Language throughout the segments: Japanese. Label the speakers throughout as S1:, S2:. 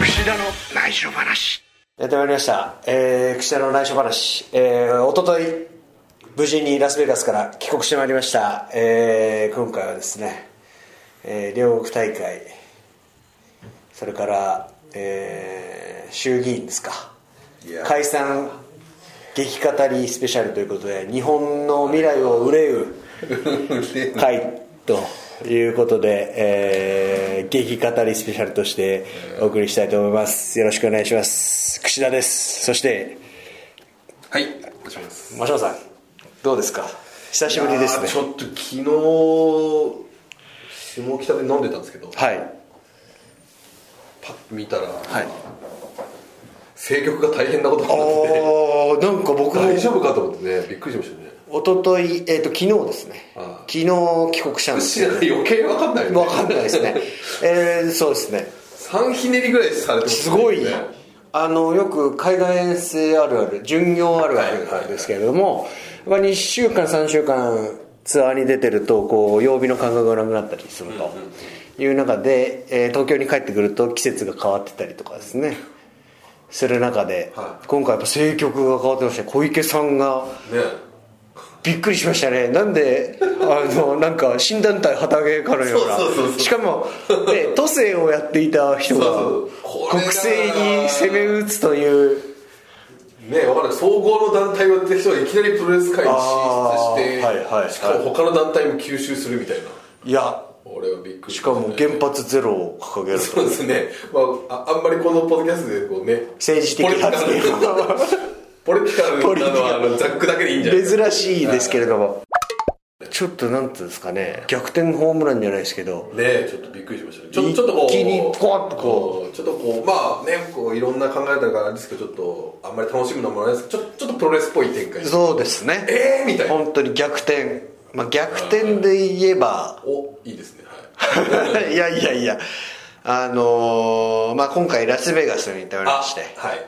S1: 串田の内緒話
S2: やってまいりました、えー、串田の内緒話、えー、おととい無事にラスベガスから帰国してまいりました、えー、今回はですね、えー、両国大会それから、えー、衆議院ですか
S1: いや
S2: 解散激語りスペシャルということで日本の未来を憂う会ということで、えー、激語りスペシャルとしてお送りしたいと思いますよろしくお願いします櫛田ですそして
S1: はいお願いします
S2: 真島さんどうですか久しぶりです
S1: いやー
S2: ね
S1: ちょっと昨日下北で飲んでたんですけど
S2: はい
S1: パッと見たら、
S2: はい
S1: 政局が大変なことになってて
S2: おーなんか僕も
S1: 大丈夫かと思ってねびっくりしましたね
S2: おととい、えー、と昨日ですね
S1: あ
S2: 昨日帰国したんです
S1: 知
S2: け
S1: ら
S2: ど
S1: ない余計わかんないよね
S2: 分かんないですねえー、そうですね
S1: 3ひねりぐらいされてます
S2: ごい
S1: ね
S2: あのよく海外遠征あるある巡業あるあるなんですけれども、まあ、2週間3週間ツアーに出てるとこう曜日の感覚がなくなったりするという中で、えー東京に帰ってくると季節が変わってたりとかですねする中で、
S1: はい
S2: 今回やっぱ政局が変わってましたね小池さんが
S1: ね
S2: びっくりしましたねなんであのなんか新団体旗揚げかのような
S1: そうそうそうそう
S2: しかも、ね、都政をやっていた人
S1: そう
S2: が
S1: そうこれ
S2: 国
S1: が
S2: 政に攻め打つという
S1: ねわかんない総合の団体をやってる人がいきなりプロレス界に進出して、
S2: あーはいはいはい
S1: しかも他の団体も吸収するみたいない
S2: や
S1: 俺はびっくり
S2: しかも
S1: ゲ
S2: 原発ゼロを掲げると
S1: そうですね、まあ、ああんまりこのポッドキャストでこうね
S2: 政治的発言
S1: ポリティカルポリティカルなのはあのざっくだけでいいんじゃないですか
S2: 珍しいですけれどもちょっとなんていうんですかね逆転ホームランじゃないですけど
S1: ねちょっとびっくりしましたねちょちょっとこう
S2: 一気にポワッとこ
S1: うちょっとこうまあねこういろんな考え方があれですけどちょっとあんまり楽しむのもあれですけどちょちょっとプロレスっぽい展開
S2: そうですね
S1: えーみたいな
S2: 本当に逆転、まあ、逆転で言えば
S1: おいいですねは い
S2: いやいやいやあのーまあ、今回ラスベガスに行っておりまして
S1: はい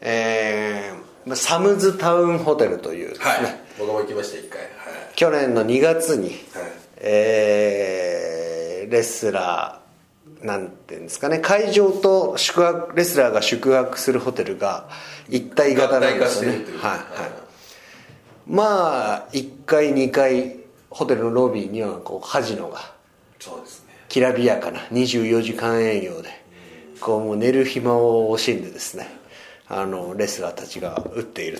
S2: えーまあサムズタウンホテルというですね、
S1: はい僕も行きました一回はい
S2: 去年の2月に、
S1: はい
S2: えーレスラーなんていうんですかね会場と宿泊レスラーが宿泊するホテルが一体型なんですよ
S1: 合体化してる
S2: ね
S1: っていう
S2: はいはいまあ1階2階ホテルのロビーにはこうカジノが
S1: そうですね
S2: きらびやかな24時間営業でこうもう寝る暇を惜しんでですねあのレスラーたちが打っている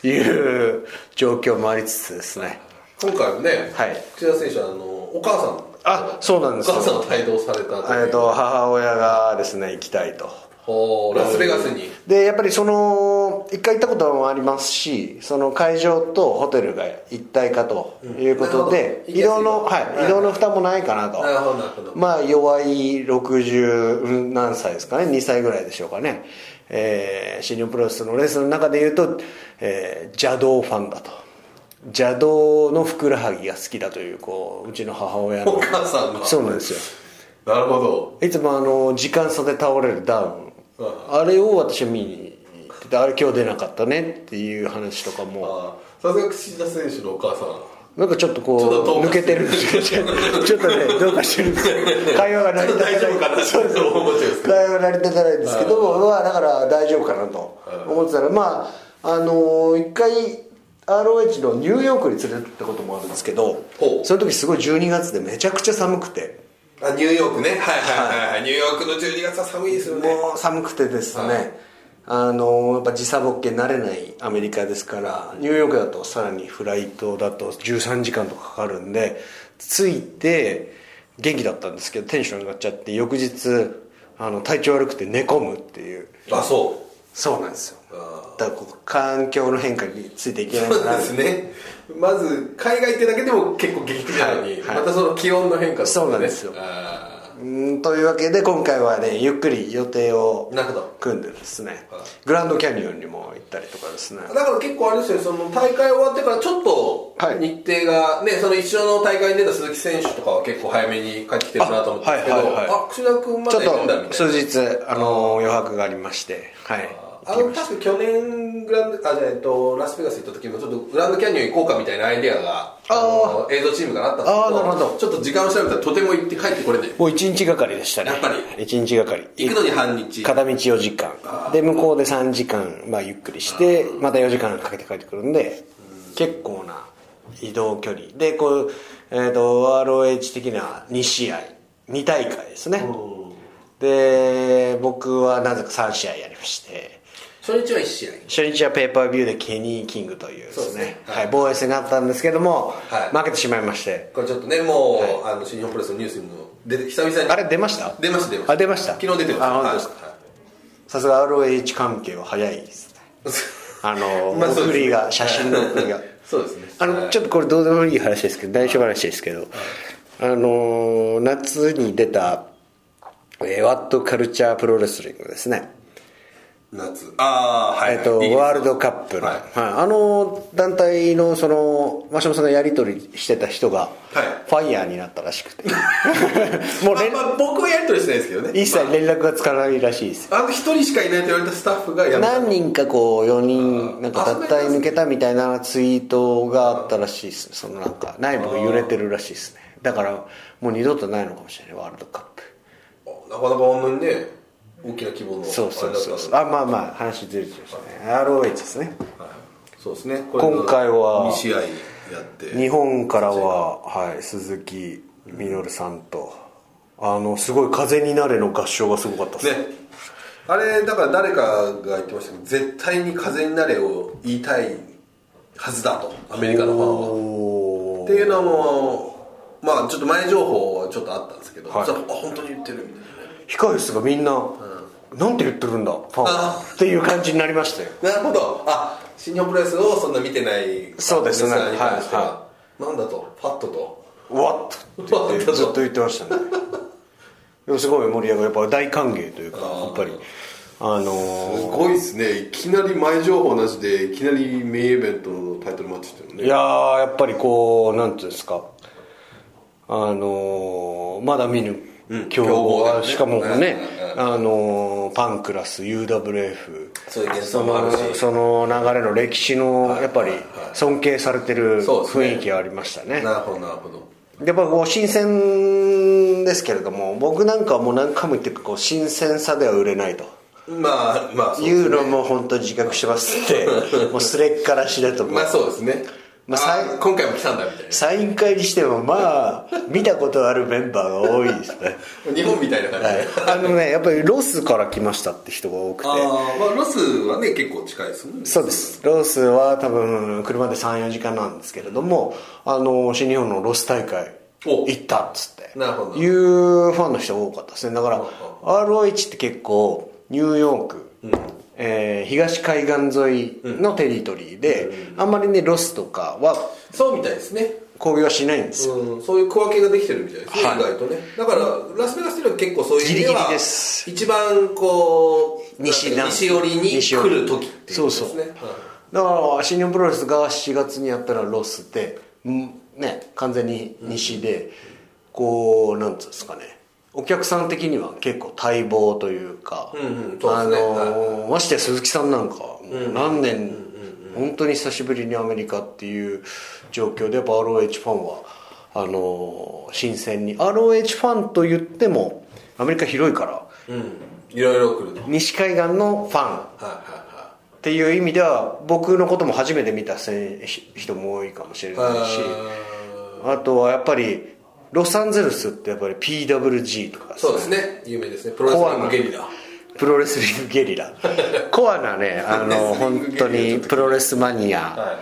S2: という状況もありつつですね
S1: 今回ね、
S2: はい
S1: 口田選手はあのお母さん
S2: あそうなんです
S1: お
S2: よ
S1: 母さんを帯同されたという
S2: えっと母親がですね行きたいと
S1: ほうラスベガスに
S2: でやっぱりその一回行ったこともありますしその会場とホテルが一体化ということで、
S1: うん
S2: 移動の、
S1: な
S2: は
S1: るほど
S2: い、移動の負担もないかなと
S1: なるほどなるほど
S2: まあ弱い60うん何歳ですかね2歳ぐらいでしょうかね、えー、新日本プロレスのレースの中で言うと、えー邪道ファンだと邪道のふくらはぎが好きだというこううちの母親の
S1: お母さんが
S2: そうなんですよ
S1: なるほど
S2: いつもあの時間差で倒れるダウンあれを私は見に行っててあれ今日出なかったねっていう話とかも
S1: あーさすが口田選手のお母さん
S2: なんかちょっと
S1: ちょっとど
S2: こう
S1: うか
S2: 抜けてるちょ っとねどうかしてるんですよ会話が成り立たない
S1: 大丈夫かなって
S2: そうそう
S1: 思っちゃうんですけど
S2: 会話が成り立たないんですけどまあだから大丈夫かなと思ってたらまああのー一回 ROH のニューヨークに連れてったこともあるんですけど
S1: ほう
S2: その時すごい12月でめちゃくちゃ寒くて
S1: あニューヨークねはいはいはいはいニューヨークの12月は寒いですよね
S2: もう寒くてですね、
S1: はい
S2: あのやっぱ時差ボケ慣れないアメリカですからニューヨークだとさらにフライトだと13時間とかかかるんで着いて元気だったんですけどテンション上がっちゃって翌日あの体調悪くて寝込むっていう
S1: あそ
S2: そうなんですよ
S1: あ
S2: だからこう環境の変化についていけないう
S1: そう
S2: な
S1: なんですねまず海外ってだけでも結構激的なのに、
S2: はいはい
S1: またその気温の変化とか、ね、
S2: そうなんですよ
S1: あ
S2: うんというわけで今回はねゆっくり予定を
S1: なるほど
S2: 組んでですね
S1: はい
S2: グランドキャニオンにも行ったりとかですね
S1: ーだから結構あれですよその大会終わってからちょっと
S2: はい
S1: 日程が、ねその一緒の大会に出た鈴木選手とかは結構早めに帰ってきてるなと思ったんですけどあ,、
S2: あはいはいはい
S1: 串田君ま
S2: ちょっ
S1: だいるんだみたいな
S2: と数日あの余白がありましてはい
S1: あの確か去年グランドあじゃあえっとラスベガス行った時もちょっとグランドキャニオン行こうかみたいなアイデアがあの映像チームからあったんですけど
S2: あーなるほど
S1: ちょっと時間を調べたらとても行って帰ってこれない
S2: もう1日がかりでしたね
S1: やっぱり
S2: 1日がかり
S1: 行くのに半日
S2: 片道4時間で向こうで3時間、まあ、ゆっくりしてまた4時間かけて帰ってくるんで結構な移動距離でこう、えー、と ROH 的な2試合2大会ですねで僕はなぜか3試合やりまして
S1: 初日は1試合
S2: 初日はペーパービューでケニー・キングというで
S1: そ
S2: す
S1: う
S2: ね
S1: ですね
S2: は
S1: はい
S2: い防衛戦があったんですけども、
S1: はい
S2: 負けてしまいまして
S1: これちょっとねもう、あの新日本プロレスのニュースにも出て久々に
S2: あれ出ました
S1: 出ました出ました
S2: あ出ました
S1: 昨日出てまし
S2: あ
S1: た
S2: 本当ですかさすが ROH 関係は早いですねあの、
S1: まあそうですね
S2: 送りが写真の送りが
S1: そうですね
S2: あ
S1: は
S2: の
S1: い
S2: ちょっとこれどうでもいい話ですけど内緒話ですけどあの夏に出たえーワットカルチャープロレスリングですね
S1: 夏ああは
S2: え
S1: い、
S2: っと
S1: いいです
S2: ワールドカップの、
S1: はい
S2: はいあの団体のその真島さんがやり取りしてた人が、
S1: はい
S2: ファイヤーになったらしくて もう連
S1: まあまあ、僕はやり取りしてないですけどね
S2: 一切連絡がつかないらしいですよ
S1: あの一人しかいないと言われたスタッフがやめた
S2: 何人かこう4人なんか脱退抜けたみたいなツイートがあったらしいですそのなんか内部が揺れてるらしいですねだからもう二度とないのかもしれないワールドカップ
S1: なかなかあんなにね大きな規模の
S2: そうそうそうそう
S1: あれだったの
S2: あ
S1: で
S2: まあまあ話ずれちゃいましたね ROH ですね
S1: はいそうですねこ
S2: 今回は
S1: 2試合やって
S2: 日本からは、はい、鈴木みのるさんとあのすごい「風になれ」の合唱がすごかったですね
S1: ねあれだから誰かが言ってましたけど絶対に風になれを言いたいはずだとアメリカのファンは
S2: お
S1: っていうのもまあちょっと前情報はちょっとあったんですけど、
S2: はい
S1: ちょっとあ本当に言ってるみたいな
S2: 控室がみんな、なんて言ってるんだファンは
S1: あ
S2: っていう感じになりましたよ
S1: なるほどあ新日本プロレスをそんな見てない
S2: そうですね
S1: リスナーに関しては、
S2: はいは
S1: なんだとファットと
S2: わっとって言ってずっと言ってました ねでもすごい盛り上がりやっぱ大歓迎というかやっぱりあ
S3: す
S2: の
S3: ごいですねいきなり前情報なしでいきなりメインイベントのタイトルマッチっていうの
S2: ー
S3: ね
S2: いやーやっぱりこうなんていうんですかあのーまだ見ぬ強豪
S1: 強豪だ
S2: は、
S1: よね
S2: しかも
S1: うんうん
S2: ね、あのーパンクラス UWF
S1: そういう幻
S2: そ
S1: 想もあるし
S2: のその流れの歴史のやっぱり尊敬されてる
S1: そうですね
S2: 雰囲気はありましたね
S1: なるほどなるほど
S2: やっぱこう新鮮ですけれども僕なんかはもう何回も言ってるけどこう新鮮さでは売れないと
S1: まあまあそう
S2: いうのも本当に自覚してますってもうすれっからしだと思う、
S1: まあそうですね、
S2: まあさい
S1: あ今回も来たんだみたい
S2: サイン会にしてもまあ見たことあるメンバーが多いですね
S1: な日本みたいな感じで、
S2: はい あのねやっぱりロスから来ましたって人が多くて
S1: ああまあロスはね結構近いですもんね
S2: そうですロスは多分車で34時間なんですけれどもあの新日本のロス大会
S1: お
S2: 行ったっつって
S1: なるほど
S2: いうファンの人が多かったですねだから ROH って結構ニューヨーク、えー東海岸沿いのテリトリーで、あんまりねロスとかは
S1: そうみたいですね
S2: 興行はしないんですよ、
S1: うん、そういう小分けができてるみたいですね、
S2: はい
S1: 意外とねだからラスベガスっていうのは結構そういう意味では
S2: ギリギリです
S1: 一番こう
S2: 西なんです
S1: 西寄りに
S2: 西寄り
S1: 来る時っていうことですね
S2: そうそうだから新日本プロレスが4月にやったらロスで、うんね、完全に西で、こうなんつうんですかねお客さん的には結構待望というか、
S1: んうんそう
S2: あ
S1: です
S2: の
S1: ね
S2: ーましてや鈴木さんなんかもう何年、本当に久しぶりにアメリカっていう状況でやっぱ ROH ファンはあのー新鮮に ROH ファンと言ってもアメリカ広いから
S1: うん、いろいろ来るとはい
S2: 西海岸のファン
S1: はいは
S2: っていう意味では僕のことも初めて見たせんひ人も多いかもしれないし
S1: い
S2: あとはやっぱりロサンゼルスってやっぱり PWG とか
S1: そうですね有名ですねプロレス
S2: コア
S1: ラー
S2: な
S1: のゲリラ
S2: プロレスリングゲ リラコアなねあの
S1: プロレスリン
S2: 本
S1: グゲリラ
S2: 当にプロレスマニ
S1: はい
S2: ア
S1: はいは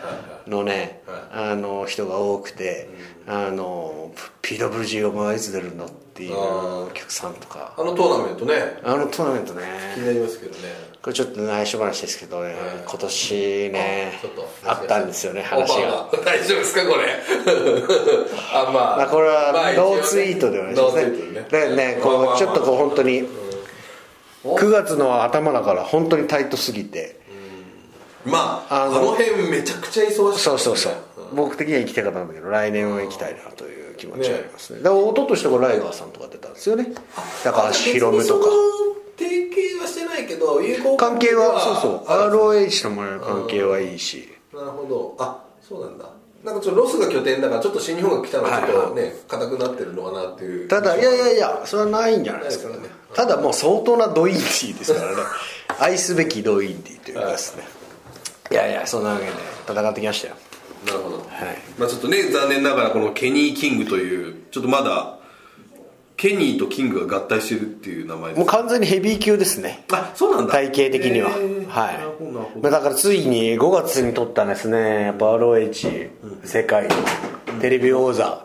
S1: い
S2: のねあの人が多くてあの PWG がいつ出るのっていうお客さんとか
S1: あのトーナメントね
S2: あのトーナメントね
S1: 気になりますけどね
S2: これちょっと内緒話ですけどね今年ね
S1: ちょっと
S2: あったんですよね話
S1: オファ
S2: が
S1: ーが 大丈夫ですかこれあまあ、
S2: まあこれは
S1: まあ一応
S2: ノ
S1: ね
S2: ーツイートでお願いしますね
S1: ノーツイート
S2: だ
S1: で
S2: からね
S1: まあまあ
S2: こ
S1: ま
S2: う
S1: あ
S2: ちょっとこう本当に
S1: うん
S2: 9月の頭だから本当にタイトすぎて
S1: まあ
S2: あ
S1: あ
S2: の
S1: の辺めちゃくちゃ忙しい、
S2: そうそうそう
S1: う
S2: 僕的には行きたかったんだけど来年は行きたいなという気持ちがありますねでおととしとかライガーさんとか出たんですよね高橋宏夢とか
S1: その提携はしてないけどど友好
S2: 関係はそうそう
S1: ある
S2: ROH のもらえる関係はいいし
S1: なるほどあそうなんだなんかちょっとロスが拠点だからちょっと新日本が来たのはちょっとね硬、くなってるのかなっていう
S2: ただいやいやいやそれはないんじゃないですか
S1: ないです
S2: ただもう相当なドインディーですから ね愛すべきドインディーというかですねいやいやそんなわけで戦ってきましたよ
S1: なるほど、
S2: はい
S4: まあちょっとね残念ながらこのケニー・キングというちょっとまだケニーとキングが合体してるっていう名前で
S2: もう
S4: す
S2: 完全にヘビー級ですね
S4: あそうなんだ
S2: 体系的には、
S4: へー
S2: はい
S4: なるほどなるほど
S2: まあだからついに5月に取ったですねやっぱ ROH 世界テレビ王座、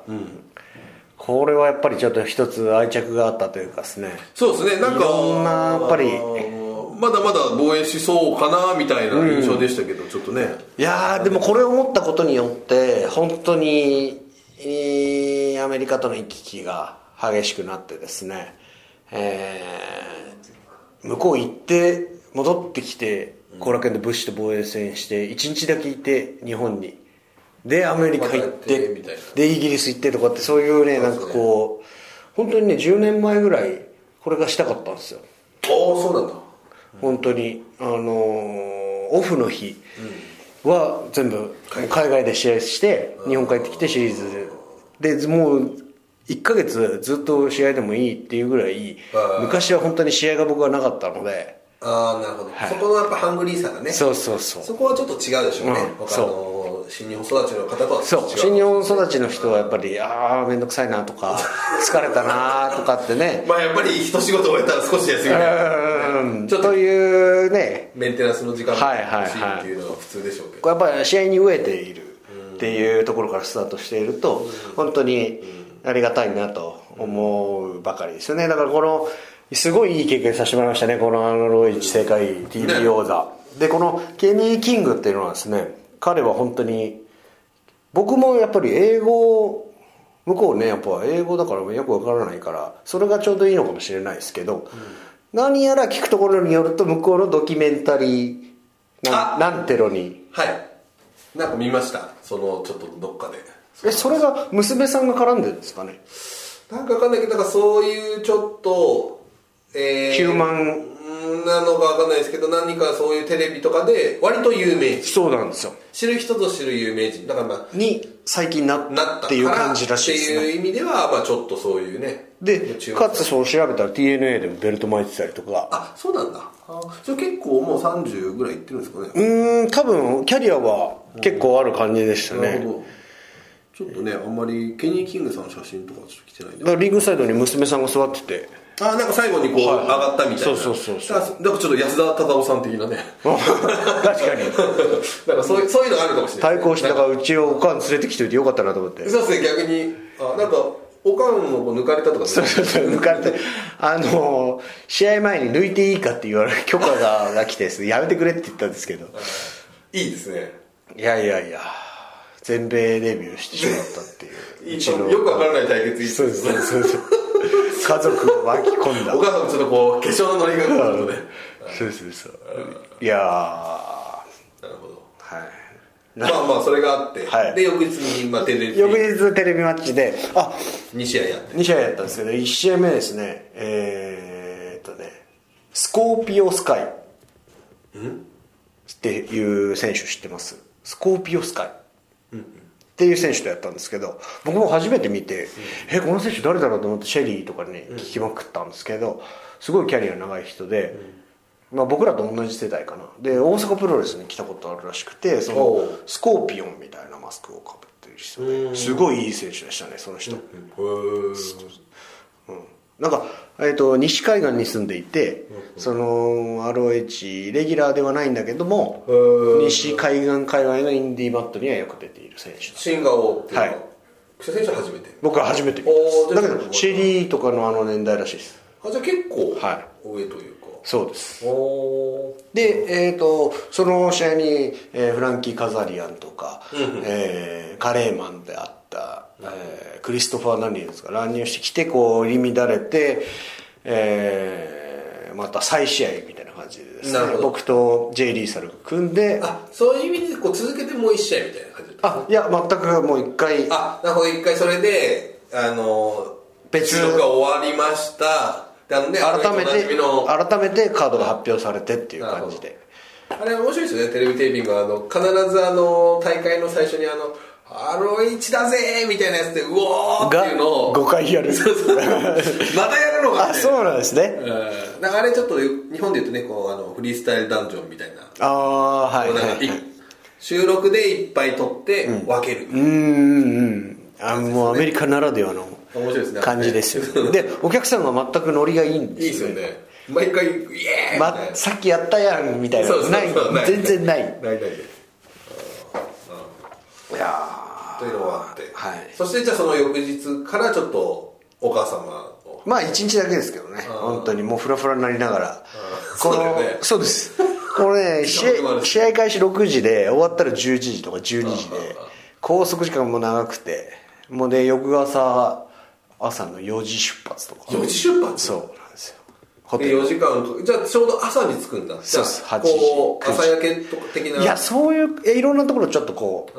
S2: これはやっぱりちょっと一つ愛着があったというかですね
S4: そうですねなん
S2: い
S4: か
S2: ろんなやっぱり
S4: あのまだまだ防衛しそうかなみたいな印象でしたけど、ちょっとね
S2: いやーでもこれを思ったことによって本当に、えーアメリカとの行き来が激しくなってですね、えー向こう行って戻ってきて後楽園で武士と防衛戦して1日だけいて日本にでアメリカ行っ
S1: またやって
S2: て
S1: みたいな
S2: でイギリス行ってとかってそういうねなんかこう本当にね10年前ぐらいこれがしたかったんですよ
S1: ああそうなんだ
S2: 本当にあのーオフの日は全部海外で試合して日本帰ってきてシリーズででもう1ヶ月ずっと試合でもいいっていうぐらい
S1: はい
S2: 昔は本当に試合が僕はなかったので
S1: ああなるほど、そこのやっぱハングリーさがね
S2: そうそうそう
S1: そこはちょっと違うでしょうね、
S2: うん
S1: 他の新日本育ちの方とは違う
S2: そう新日本育ちの人はやっぱりああ面倒くさいなと か疲れたなとかってね
S4: まあやっぱり一仕事終えたら少し休みたい
S2: うんというね
S1: メンテナンスの時間が
S2: はいはいはい
S1: 欲しいっていうのが普通でしょうけど、
S2: やっぱり試合に飢えているっていうところからスタートしていると本当にありがたいなと思うばかりですよねだからこのすごいいい経験させてもらいましたねこのアンロイチ世界 TV 王座でこのケニー・キングっていうのはですね彼は本当に僕もやっぱり英語向こうねやっぱ英語だからよくわからないからそれがちょうどいいのかもしれないですけど、何やら聞くところによると向こうのドキュメンタリーな
S1: あ
S2: んなんてろに
S1: はいなんか見ましたそのちょっとどっかで
S2: えそれが娘さんが絡んでるんですかね
S1: なんかわかんないけどなんかそういうちょっと、え
S2: ヒューマン
S1: ンなのかわかんないですけど何かそういうテレビとかで割と有名人
S2: そうなんですよ
S1: 知る人ぞ知る有名人だからまあ
S2: に最近なっ
S1: なった
S2: っていう感じらしいで
S1: ですす、
S2: ね
S1: っていう意味ではまあちょっとそういうね
S2: で
S1: 注目
S2: かつそう調べたら TNA でもベルト巻いてたりとか
S1: あそうなんだあそれ結構もう30ぐらいいってるんですかね
S2: うーん多分キャリアは結構ある感じでした
S1: なる
S2: ね
S1: ほどちょっとねあんまりケニー・キングさんの写真とかちょっと来てないん
S2: だ
S1: で
S2: からリングサイドに娘さんが座ってて
S1: あなんか最後にこう上
S2: はい
S1: がったみたいな、
S2: そうそうそうそう
S1: だからなんかちょっと安田忠夫さん的なね
S2: 確かに
S1: なんかそういうそういうのがあるかもしれない
S2: 対抗してだから
S1: なんか
S2: うちをおかん連れてきておいてよかったなと思って
S1: そうですね逆にあなんかおかんのこう抜かれたとか
S2: そうそうそう抜かれてあの試合前に抜いていいかって言われる許可がが来てですねやめてくれって言ったんですけど
S1: いいですね
S2: いやいやいや全米デビューしてしまったってい
S1: いういうと
S2: ちの
S1: よくわからない対決いい
S2: そうですそうです家族を巻き込んだ
S1: お母さんもちょっとこう化粧の乗りがちょっとね
S2: そうですそうですいやーは
S1: なるほど
S2: い
S1: まあまあそれがあって、
S2: はい
S1: で翌日に、まあ、テレビ
S2: 翌日テレビマッチであ
S1: 2試合やって
S2: 2試合やったんですけど1試合目ですねえー、っとねスコーピオスカイっていう選手知ってますスコーピオスカイっていう選手とやったんですけど僕も初めて見て、えこの選手誰だろうと思ってシェリーとかに聞きまくったんですけどすごいキャリア長い人で、まあ、僕らと同じ世代かなで大阪プロレスに来たことあるらしくてそ
S1: お
S2: の
S1: う
S2: スコーピオンみたいなマスクをかぶってる人ですごいいい選手でしたねその人。なんか、えー、と西海岸に住んでいて、その ROH レギュラーではないんだけども、
S1: うん
S2: 西海岸界隈のインディーバットにはよく出ている選手だ
S1: シンガー王っていうの
S2: はい
S1: 選手初めて
S2: 僕は初めて見たん
S1: お
S2: です
S1: ーじゃ
S2: だ
S1: あ
S2: けどシェリーとかのあの年代らしいです
S1: あじゃあ結構
S2: は
S1: 上というか、
S2: そうです
S1: おー
S2: で、えー、とその試合に、えーフランキー・カザリアンとか、えーカレーマンであった、えークリストファー・ナニーですか乱入してきてこう入り乱れて、えーまた再試合みたいな感じでです
S1: なる
S2: ね
S1: ほど
S2: 僕と J リーサルが組んであ
S1: あそういう意味でこう続けてもう一試合みたいな感じだった
S2: いや全くもう一回
S1: あなるほど一回それであの
S2: 別
S1: 収録が終わりましたであのね
S2: 改め
S1: あの人おなじ
S2: て
S1: みの
S2: 改めてカードが発表されてっていう感じで
S1: あれ面白いですよねテレビテーピングはあの必ずあの大会の最初にあの「ハロイチだぜ!」みたいなやつで「うおー!」って
S2: が
S1: いうのを
S2: 5回やる
S1: またやるのか
S2: あ
S1: みたいな
S2: そうなんですね
S1: うんなんかあれちょっと日本で言うとねこうあのフリースタイルダンジョンみたいな,、
S2: ああはい
S1: こう
S2: はい
S1: なん
S2: は
S1: かい
S2: い
S1: 収録でいっぱい撮って分ける、
S2: うんうんうんあもうアメリカならではの
S1: 面白いですね
S2: 感じですよねでお客さんが全くノリがいいん
S1: いい
S2: で
S1: ですす
S2: よ
S1: よね毎回「イエーイ!みたいな」
S2: ま、さっきやったやんみたいな
S1: そうそう
S2: ない
S1: そうない
S2: 全然ない
S1: ないないです
S2: いや
S1: というのはあって、
S2: はい
S1: そしてじゃあその翌日からちょっとお母様を
S2: まあ一日だけですけどね本当にもうフラフラになりながら
S1: そうだよね
S2: そうですこれね試
S1: 時間もあ
S2: 合
S1: るし
S2: 試合開始6時で終わったら11時とか12時で拘束時間も長くてもうで翌朝朝の4時出発とか
S1: 4時出発
S2: そうなんですよホテ
S1: で
S2: ル
S1: 4時間かじゃあちょうど朝に着くんだ
S2: そうです
S1: じゃあ
S2: 8時
S1: こう
S2: 9時
S1: 朝焼けとか的ない
S2: やそういうえいろんなところちょっとこ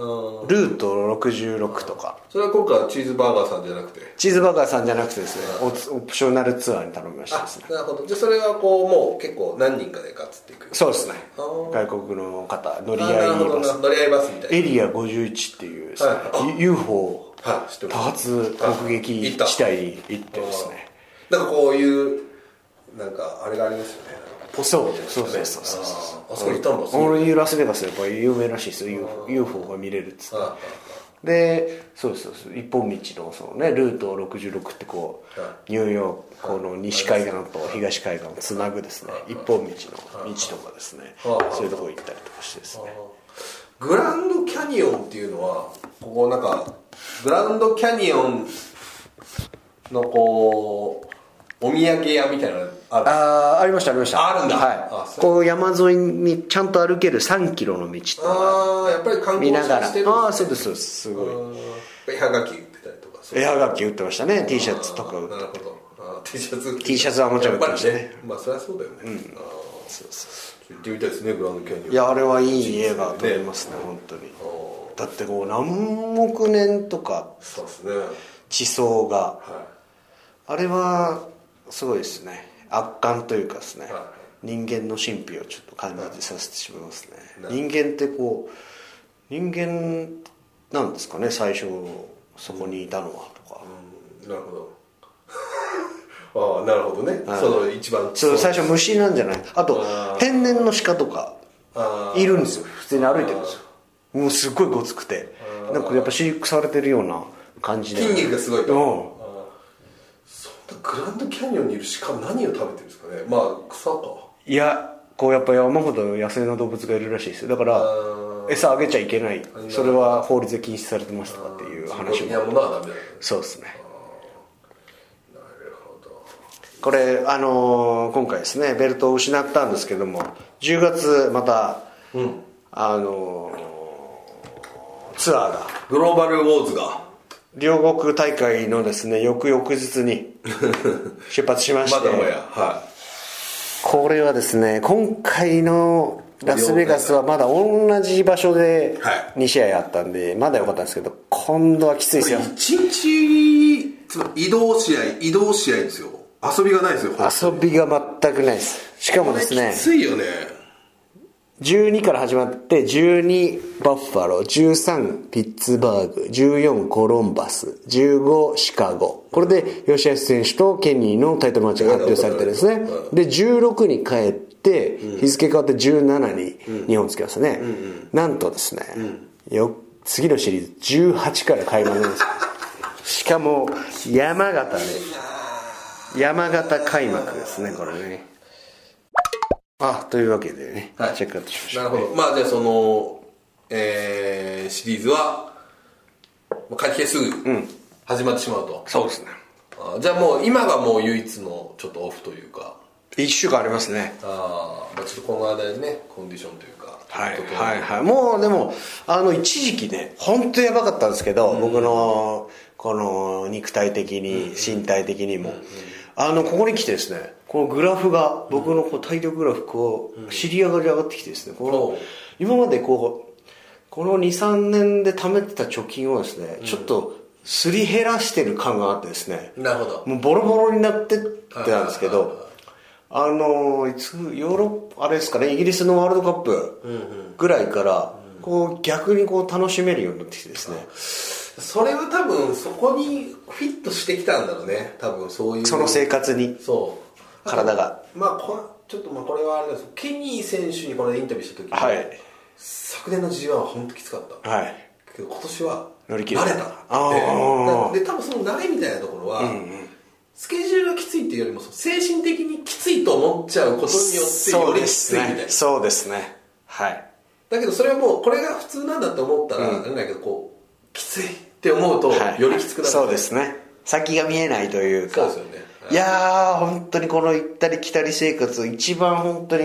S2: う
S1: うん
S2: ルート66とか
S1: それは今回はチーズバーガーさんじゃなくて
S2: チーズバーガーさんじゃなくてですねオプオプショナルツアーに頼みました
S1: あ
S2: ですね
S1: なるほどじゃあそれはこうもう結構何人かでガッツっていく
S2: そうですね
S1: あー
S2: 外国の方乗
S1: あ
S2: り
S1: なる
S2: 合い
S1: ほど
S2: バス
S1: な乗り合いバスみたいな
S2: エリア51っていうですね
S1: は
S2: UFO
S1: はい知って
S2: 多
S1: ます
S2: 発目撃地帯に行ってですね
S1: なんかこういうなんかあれがありますよね
S2: そうそうそうそうそう
S1: あーあそこ行ったんだ
S2: オールニューラスベガスやっぱ有名らしいですよ UFO, UFO が見れるっつって
S1: は
S2: でそうですそうです一本道のその、ね、ルート66ってこ
S1: は
S2: うニューヨークこの西海岸と東海岸をつなぐですね一本道の道とかですね
S1: はいはい
S2: そういうとこ行ったりとかしてですね
S1: グランドキャニオンっていうのはここなんかグランドキャニオンのこうお土産屋みたいなのある
S2: あーありましたありました
S1: ああるんだ
S2: は
S1: あ
S2: い
S1: そう
S2: こう山沿いにちゃんと歩ける3キロの道っていうのが
S1: ああやっぱり観
S2: 見
S1: 光
S2: なが
S1: 地
S2: ら
S1: と
S2: あ
S1: してるんです
S2: あーそうですそ
S1: ね
S2: うですすご
S1: うん絵はがき売ってたりとかそう
S2: い絵はがき売ってましたね T シャツとか売っ
S1: なるほどあー T シャツ
S2: T シャツはもちろん売ってましたね
S1: やぱりまあそりゃそうだよね、あーちょっと行ってみたいですねグランドキャニオン
S2: いやあれはいい映画撮れますね本当に
S1: お
S2: だってこう何億年とか
S1: そうですね
S2: 地層が
S1: は
S2: あれはすごいですね圧巻というかですね、
S1: は
S2: 人間の神秘をちょっと感じてさせてしまいますね、
S1: はい
S2: 人間ってこう人間なんですかね最初そこにいたのはとか、
S1: いなるほど ああなるほどね、
S2: はい
S1: その一番
S2: そう最初虫なんじゃないあと
S1: あー
S2: 天然の鹿とか
S1: あー
S2: いるんですよ普通に歩いてるんですよもうすっごいごつくてなんかやっぱ飼育されてるような感じで
S1: 筋肉がすごいと
S2: うん
S1: そんなグランドキャニオンにいる鹿何を食べてるんですかねまあ草か
S2: いやこうやっぱ山ほど野生の動物がいるらしいですよだから
S1: ー
S2: 餌あげちゃいけないそれは法律で禁止されてますとかっていう話
S1: いやもう
S2: も
S1: なダメだよね
S2: そうですね
S1: なるほど
S2: これあのー今回ですねベルトを失ったんですけども10月また、あのーツアーが
S4: グローバルウォーズが
S2: 両国大会のですね翌々日 に出発しまし
S4: ま
S2: て
S4: だもやは
S2: これはですね今回のラスベガスはまだ同じ場所で
S4: は
S2: 2試合あったんでまだ良かったんですけど今度はきついです
S4: い
S2: よ
S4: 一日つまり移動試合移動試合ですよ遊びがないですよ
S2: 遊びが全くないですしかもですね
S4: きついよね
S2: 12から始まって12バッファロー13ピッツバーグ14コロンバス15シカゴこれで吉安選手とケニーのタイトルマッチが発表されてるんですねで16に帰って日付変わって17に日本つきますねなんとですねよ次のシリーズ18から開幕なんですよしかも山形で山形開幕ですねこれねあというわけでね、
S1: はい
S2: チェックアウトしましょう
S1: なるほどまあじゃあそのえーシリーズはもう開始すぐ始まってしまうと、
S2: そうですね
S1: あーじゃあもう今がもう唯一のちょっとオフというか
S2: 1週間ありますね
S1: あー、まあちょっとこの間にねコンディションというか
S2: はい
S1: 整えて
S2: はいはいもうでもあの一時期ね本当やばかったんですけど、僕のこの肉体的に身体的にも、あのここに来てですねこのグラフが僕のこう体力グラフこう尻上がり上がってきてですねこ
S1: うん
S2: の今までこうこの23年で貯めてた貯金をですねちょっとすり減らしてる感があってですね
S1: なるほど
S2: もうボロボロになってってたんですけどあのいつヨーロッパあれですかねイギリスのワールドカップぐらいからこう逆にこう楽しめるようになってきてですね
S1: それは多分そこにフィットしてきたんだろうね多分そういう
S2: その生活に
S1: そう
S2: 体が
S1: まあこちょっとまあこれはあれですケニー選手にこの間インタビューした時に、
S2: はい
S1: 昨年の G1 は本当きつかった、
S2: はい
S1: けど今年は
S2: 乗り切れた
S1: 慣れた
S2: あー
S1: ってで多分その慣れみたいなところは、スケジュールがきついっていうよりもその精神的にきついと思っちゃうことによって
S2: そ
S1: よ
S2: う
S1: り
S2: で
S1: きつい
S2: す
S1: みたいな
S2: ねそうですねはい
S1: だけどそれはもうこれが普通なんだと思ったら、あれだけどこうきついって思うと
S2: はい
S1: よりきつくなる、
S2: そうですね先が見えないというか
S1: そうですよねはい
S2: いやー本当にこの行ったり来たり生活一番本当に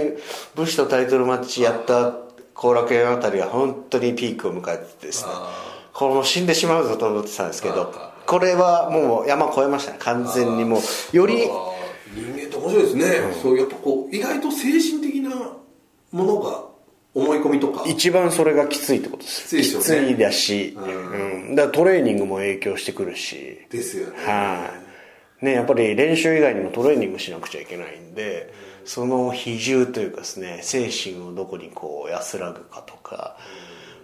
S2: 武士とタイトルマッチやった後楽園あたりは本当にピークを迎えてですね
S1: あ
S2: これもう死んでしまうぞと思ってたんですけど
S1: あ
S2: これはもう山越えましたね完全にもうより
S1: あー人間って面白いですね、そうやっぱこう意外と精神的なものが思い込みとか
S2: 一番それがきついってことです
S1: きついですよね
S2: きついだし、うんだからトレーニングも影響してくるし
S1: ですよね、
S2: はい、ね、やっぱり練習以外にもトレーニングしなくちゃいけないんで、その比重というかですね精神をどこにこう安らぐかとか、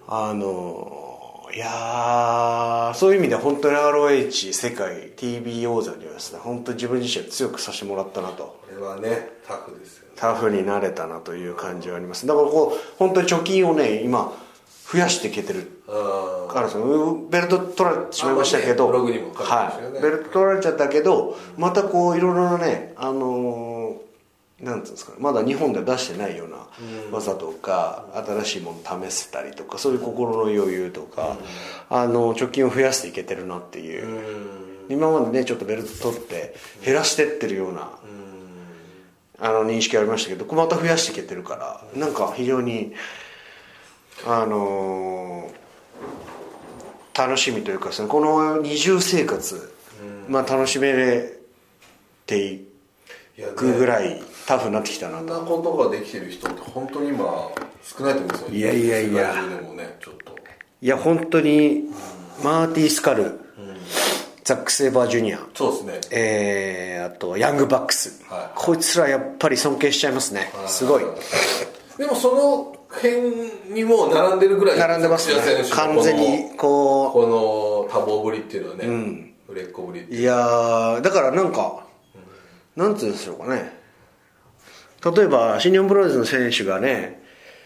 S2: あのいやーそういう意味では本当に ROH 世界 TB 王座にはですね本当に自分自身を強くさせてもらったなと
S1: これはねタフですよね
S2: タフになれたなという感じはありますだからこう本当に貯金をね今増やしていけてる
S1: あ
S2: あるんですよベルト取られてしまいましたけ
S1: あ
S2: ど、
S1: まあねブログにも書いてましたよね
S2: はい、ベルト取られちゃったけどまたこういろいろなねあのーなんていうんですかねまだ日本では出してないような技とか、新しいもの試せたりとかそういう心の余裕とか、あの貯金を増やしていけてるなっていう、今までねちょっとベルト取って減らしてってるような、あの認識ありましたけどまた増やしていけてるから、なんか非常にあのー楽しみというかですねこの二重生活、まあ、楽しめれてい
S1: いやね
S2: くぐらいタフになってきたな
S1: あん
S2: と、
S1: なことができてる人って本当に今少ないと思うんですよ
S2: いやいやいや
S1: 世界中でもねちょっと
S2: いや本当にマーティー・スカル、ザック・セイバー・ジュニア
S1: そうですね
S2: えーあとヤング・バックス、
S1: はい
S2: こいつらやっぱり尊敬しちゃいますね、すごい
S1: でもその辺にもう並んでるぐらい
S2: 並んでますね
S1: 土屋選手のこ
S2: 完
S1: の
S2: 全にこう
S1: この多忙ぶりっていうのはね、売れっ子ぶりって
S2: いやーだからなんか、なんて言うんでしょうかね例えば新日本プロレスの選手がね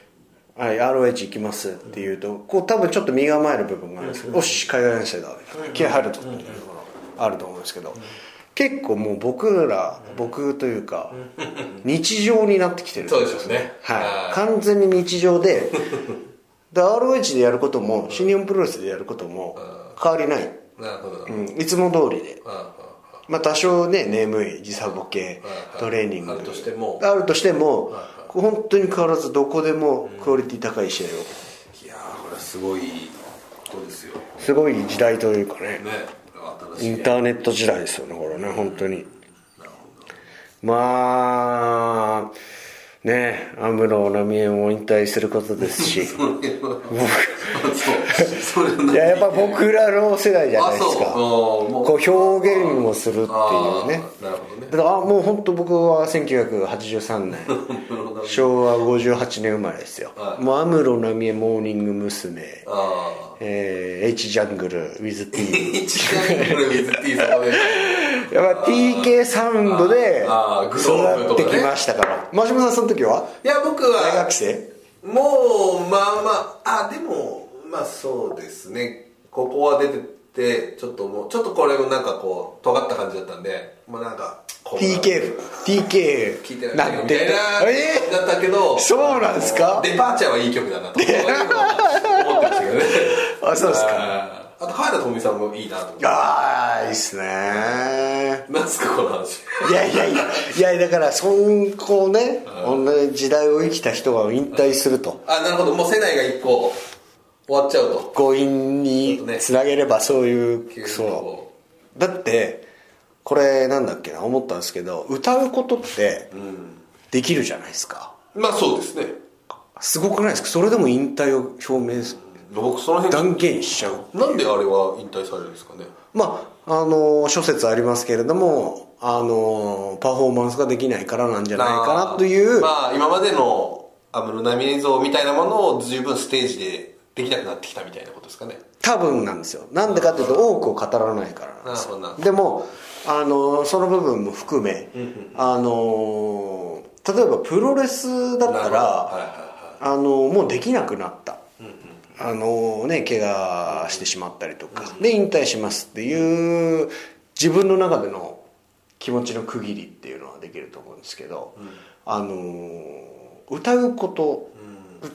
S2: 「はい、ROH 行きます」って言うとこう多分ちょっと身構える部分があるんですけど「おし海外遠征だ」みたいな気合入るとっていうのがあると思うんですけど、結構もう僕ら僕というか日常になってきてる
S1: そうですよね
S2: は
S1: はい
S2: い、完全に日常 でで ROH でやることも新日本プロレスでやることも変わりない、
S1: なるほど、うん
S2: うん、いつも通りでまあ、多少ね眠い時差ボケ
S1: はい
S2: トレーニング
S1: あるとしても
S2: あるとしても本当に変わらずどこでもクオリティ高い試合を
S1: いやーこれはすごいことですよね
S2: すごい時代というかねイ
S1: 新しい
S2: ンターネット時代ですよねこれね本当にまあね安室奈美恵も引退することですし
S1: そうそれ
S2: いややっぱ僕らの世代じゃないですか
S1: あそううんもう
S2: こう表現をするっていうね
S1: あーなるほどね
S2: だからあもう本当僕は1983年 昭和58年生まれですよ、もう安室奈美恵モーニング娘。
S1: あ
S2: えー、H ジャングル WithT
S1: あ 一番これ水 T さんで
S2: やっぱ TK サウンドで
S1: あーあーグローブ
S2: 育
S1: と
S2: っ
S1: かね
S2: てきましたから真島さんその時はい
S1: や僕
S2: 大
S1: は
S2: 学生
S1: もうまあまああでもまあそうですねここは出ててちょっともうちょっとこれもなんかこう尖った感じだったんでもうなんかこう
S2: TK
S1: 聞いて
S2: TK
S1: ない
S2: なっ
S1: みた
S2: て
S1: いな
S2: えー
S1: だったけど
S2: そうなんですか
S1: デパーチャーはいい曲だなと思ってましたけど ね
S2: あそうですか
S1: かあと川田智美さんもいいなと思って
S2: ああいいっすね
S1: 何すかこの話
S2: いやいやいやいやだからそんこうね同じ時代を生きた人が引退すると
S1: あなるほどもう世代が一個終わっちゃうと
S2: 強引につなげればそう
S1: 急
S2: い
S1: に
S2: う
S1: こう
S2: そうだってこれなんだっけな思ったんですけど歌うことってできるじゃないですか
S1: まあそうですね
S2: すごくないですかそれでも引退を表明す
S1: 僕その辺
S2: 断言しちゃう
S1: なんであれは引退されるんですかね
S2: まああの諸説ありますけれどもあのパフォーマンスができないからなんじゃないかなという
S1: まあ今までの安室奈美映像みたいなものを十分ステージでできなくなってきたみたいなことですかね
S2: 多分なんですよなんでかっていうと多くを語らないからなんですよ
S1: なるほどな
S2: でもあのその部分も含めあの例えばプロレスだった
S1: なるほどはい
S2: らあのもうできなくなったあのね怪我してしまったりとかで引退しますっていう自分の中での気持ちの区切りっていうのはできると思うんですけどあの歌うこと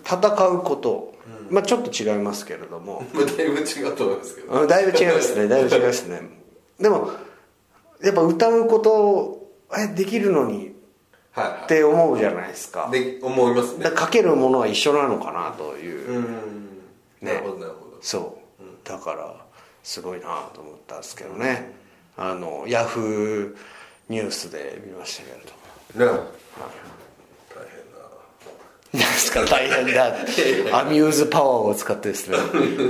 S2: 戦うことまあちょっと違いますけれど も
S1: だいぶ違うと思いますけど
S2: うんだいぶ違います ねだいぶ違いますねでもやっぱ歌うことをえできるのに
S1: はい
S2: っ
S1: は
S2: て思うじゃないですか
S1: いで思いますね
S2: だからかけるものは一緒なのかなという、
S1: うんなるほどなるほど
S2: そうだからすごいなと思ったんですけどね、あのヤフーニュースで見ましたけれど
S1: ね
S2: なんですか大変だアミューズパワーを使って ですね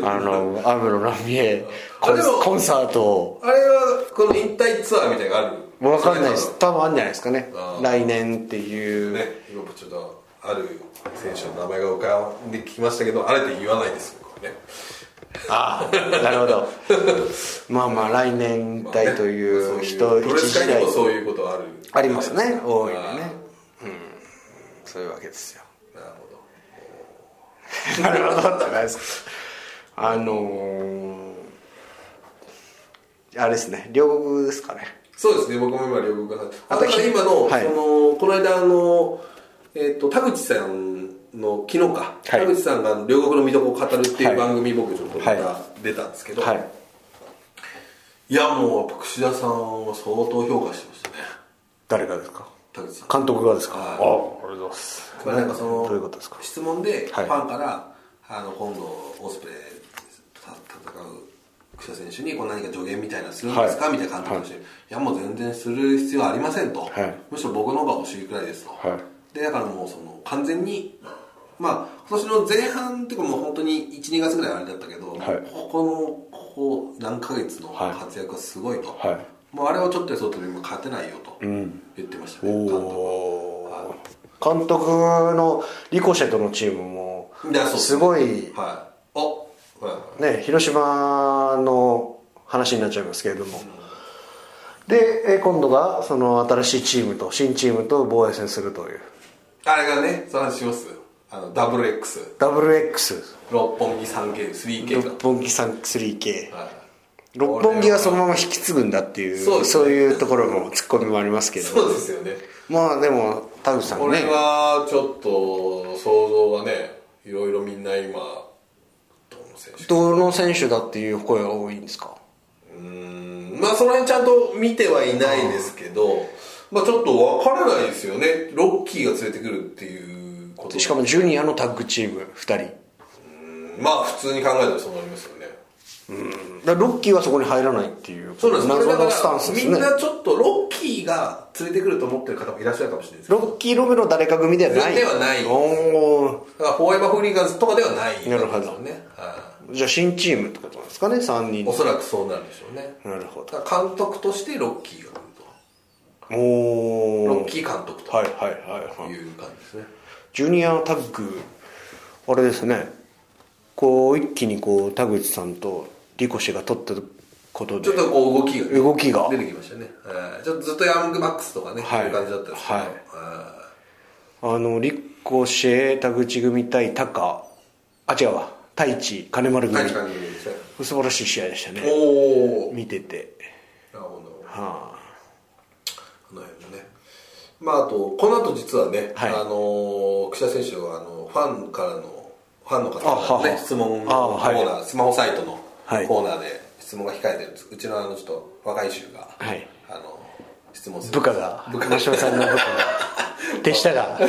S2: あの安室奈美恵コン
S1: あでも
S2: コンサートを
S1: あれはこの引退ツアーみたいなのがある
S2: わかんないです多分あるんじゃないですかね
S1: あー
S2: 来年っていう、
S1: ね今ちょっとある選手の名前が浮かんできましたけどあれって言わないです僕はね
S2: ああなるほどまあまあ来年代と
S1: まあ
S2: いう
S1: ね
S2: 人
S1: プロ
S2: 一
S1: レス
S2: 時
S1: 界
S2: 代
S1: にもそういうことある
S2: ありますね大いにね
S1: あ
S2: うんそういうわけですよ
S1: ーなるほ
S2: なる
S1: ど
S2: ほどってないですあのー、あれですね両国ですかね
S1: そうですね僕も今両国があ
S2: と
S1: だから今の,、
S2: はい
S1: そのこの間あの、えっと田口さんの昨日か、田口さんが両国の見どころを語るって
S2: はいいう
S1: 番組、僕ちょっとまた
S2: は
S1: 出たんですけど、、
S2: はいい
S1: やもうやっぱ櫛田さんは相当評価してましたね
S2: 誰がですか
S1: 田口さん
S2: 監督がですか
S1: はい
S2: あありがとうございます
S1: まあなんかその
S2: どういうことですか
S1: 質問でフ
S2: はい
S1: ァンから、あの今度オスプレイと戦う櫛田選手にこう何か助言みたいなのするんですか、
S2: はい
S1: みたいな監督の人に、い、やもう全然する必要はありませんと、
S2: はい
S1: むしろ僕の方が欲しいくらいですと、
S2: は
S1: でだからもうその完全にまあ今年の前半っていうかもう本当に12月ぐらいはあれだったけど、
S2: はい
S1: ここのここ何ヶ月の
S2: はい
S1: 活躍はすごいと、
S2: はい
S1: もうあれをちょっとやそうと今勝てないよと言ってましたね、監督は
S2: おー監督のリコシェとのチームも
S1: いやそうです
S2: す
S1: ね
S2: ごい
S1: はい。お、はいはい
S2: ね、広島の話になっちゃいますけれども、でえー今度がその新しいチームと新チームと防衛戦するという
S1: あれがね、その話しますあの、ダブル X、
S2: WX
S1: 六本木三ゲーム、3ゲーム
S2: 六本木 3K
S1: はい。
S2: 六本木はそのまま引き継ぐんだっていう
S1: そう
S2: そう,、
S1: ですね
S2: いうところもツッコミもありますけ
S1: そ
S2: ど
S1: うですよね。
S2: まあでも田口さん
S1: これ
S2: ね
S1: は、ちょっと、想像がね、いろいろみんな今、どの選手
S2: どの選手だっていう声が多いんですか
S1: うーん、まあ、その辺ちゃんと見てはいないですけど、まあ、ちょっと分からないですよね。ロッキーが連れてくるっていうこと。
S2: しかもジュニアのタッグチーム2人だか
S1: まあ、普通に考えたらそうなりますよね。
S2: らロッキーはそこに入らないっていう
S1: そうなんです。これ
S2: 謎
S1: だか
S2: の
S1: ら
S2: スタンスです
S1: み
S2: ね
S1: んなちょっとロッキーが連れてくると思ってる方もいらっしゃるかもしれないですけど。
S2: ロッキー・ロベロ誰か組ではない
S1: ではない
S2: お
S1: だからフォーエバーフリーガンズとかではない、
S2: なるほど
S1: ね、はい
S2: ーじゃあ新チームってことなんですかね3人
S1: おそらくそうなるでしょうね
S2: なるほど
S1: だから監督としてロッキーが来る
S2: お
S1: とロ
S2: お
S1: ッキー監督
S2: はい
S1: と
S2: はいはいはい
S1: いう感じですね、
S2: ジュニアタッグあれですねこう一気にこう田口さんとリコシが取ったことで
S1: ちょっとこう動きがね、
S2: 動きが
S1: 出てきましたね、はいちょっとずっとヤングマックスとかね、
S2: はい
S1: そういう感じだったんですけど、
S2: はい
S1: は
S2: あのリコシ田口組対タカあ違うわ太一金丸
S1: い
S2: 組
S1: 確かにですね
S2: 素晴らしい試合でしたね
S1: おおなる
S2: 見てて
S1: ほど
S2: はあ
S1: この辺もねまああとこの後実はね、
S2: はい
S1: あのー櫛田選手はあのファンからのファンの方
S2: あは
S1: から
S2: は
S1: ね質問のコ
S2: あはい
S1: ーナー、スマホサイトの
S2: はい
S1: コーナーで質問が控えてるんです、うちのあのちょっと若い衆が、
S2: はい
S1: あの質問する
S2: 部下が
S1: 部下が
S2: 長嶋さんの部下が手下が
S1: はい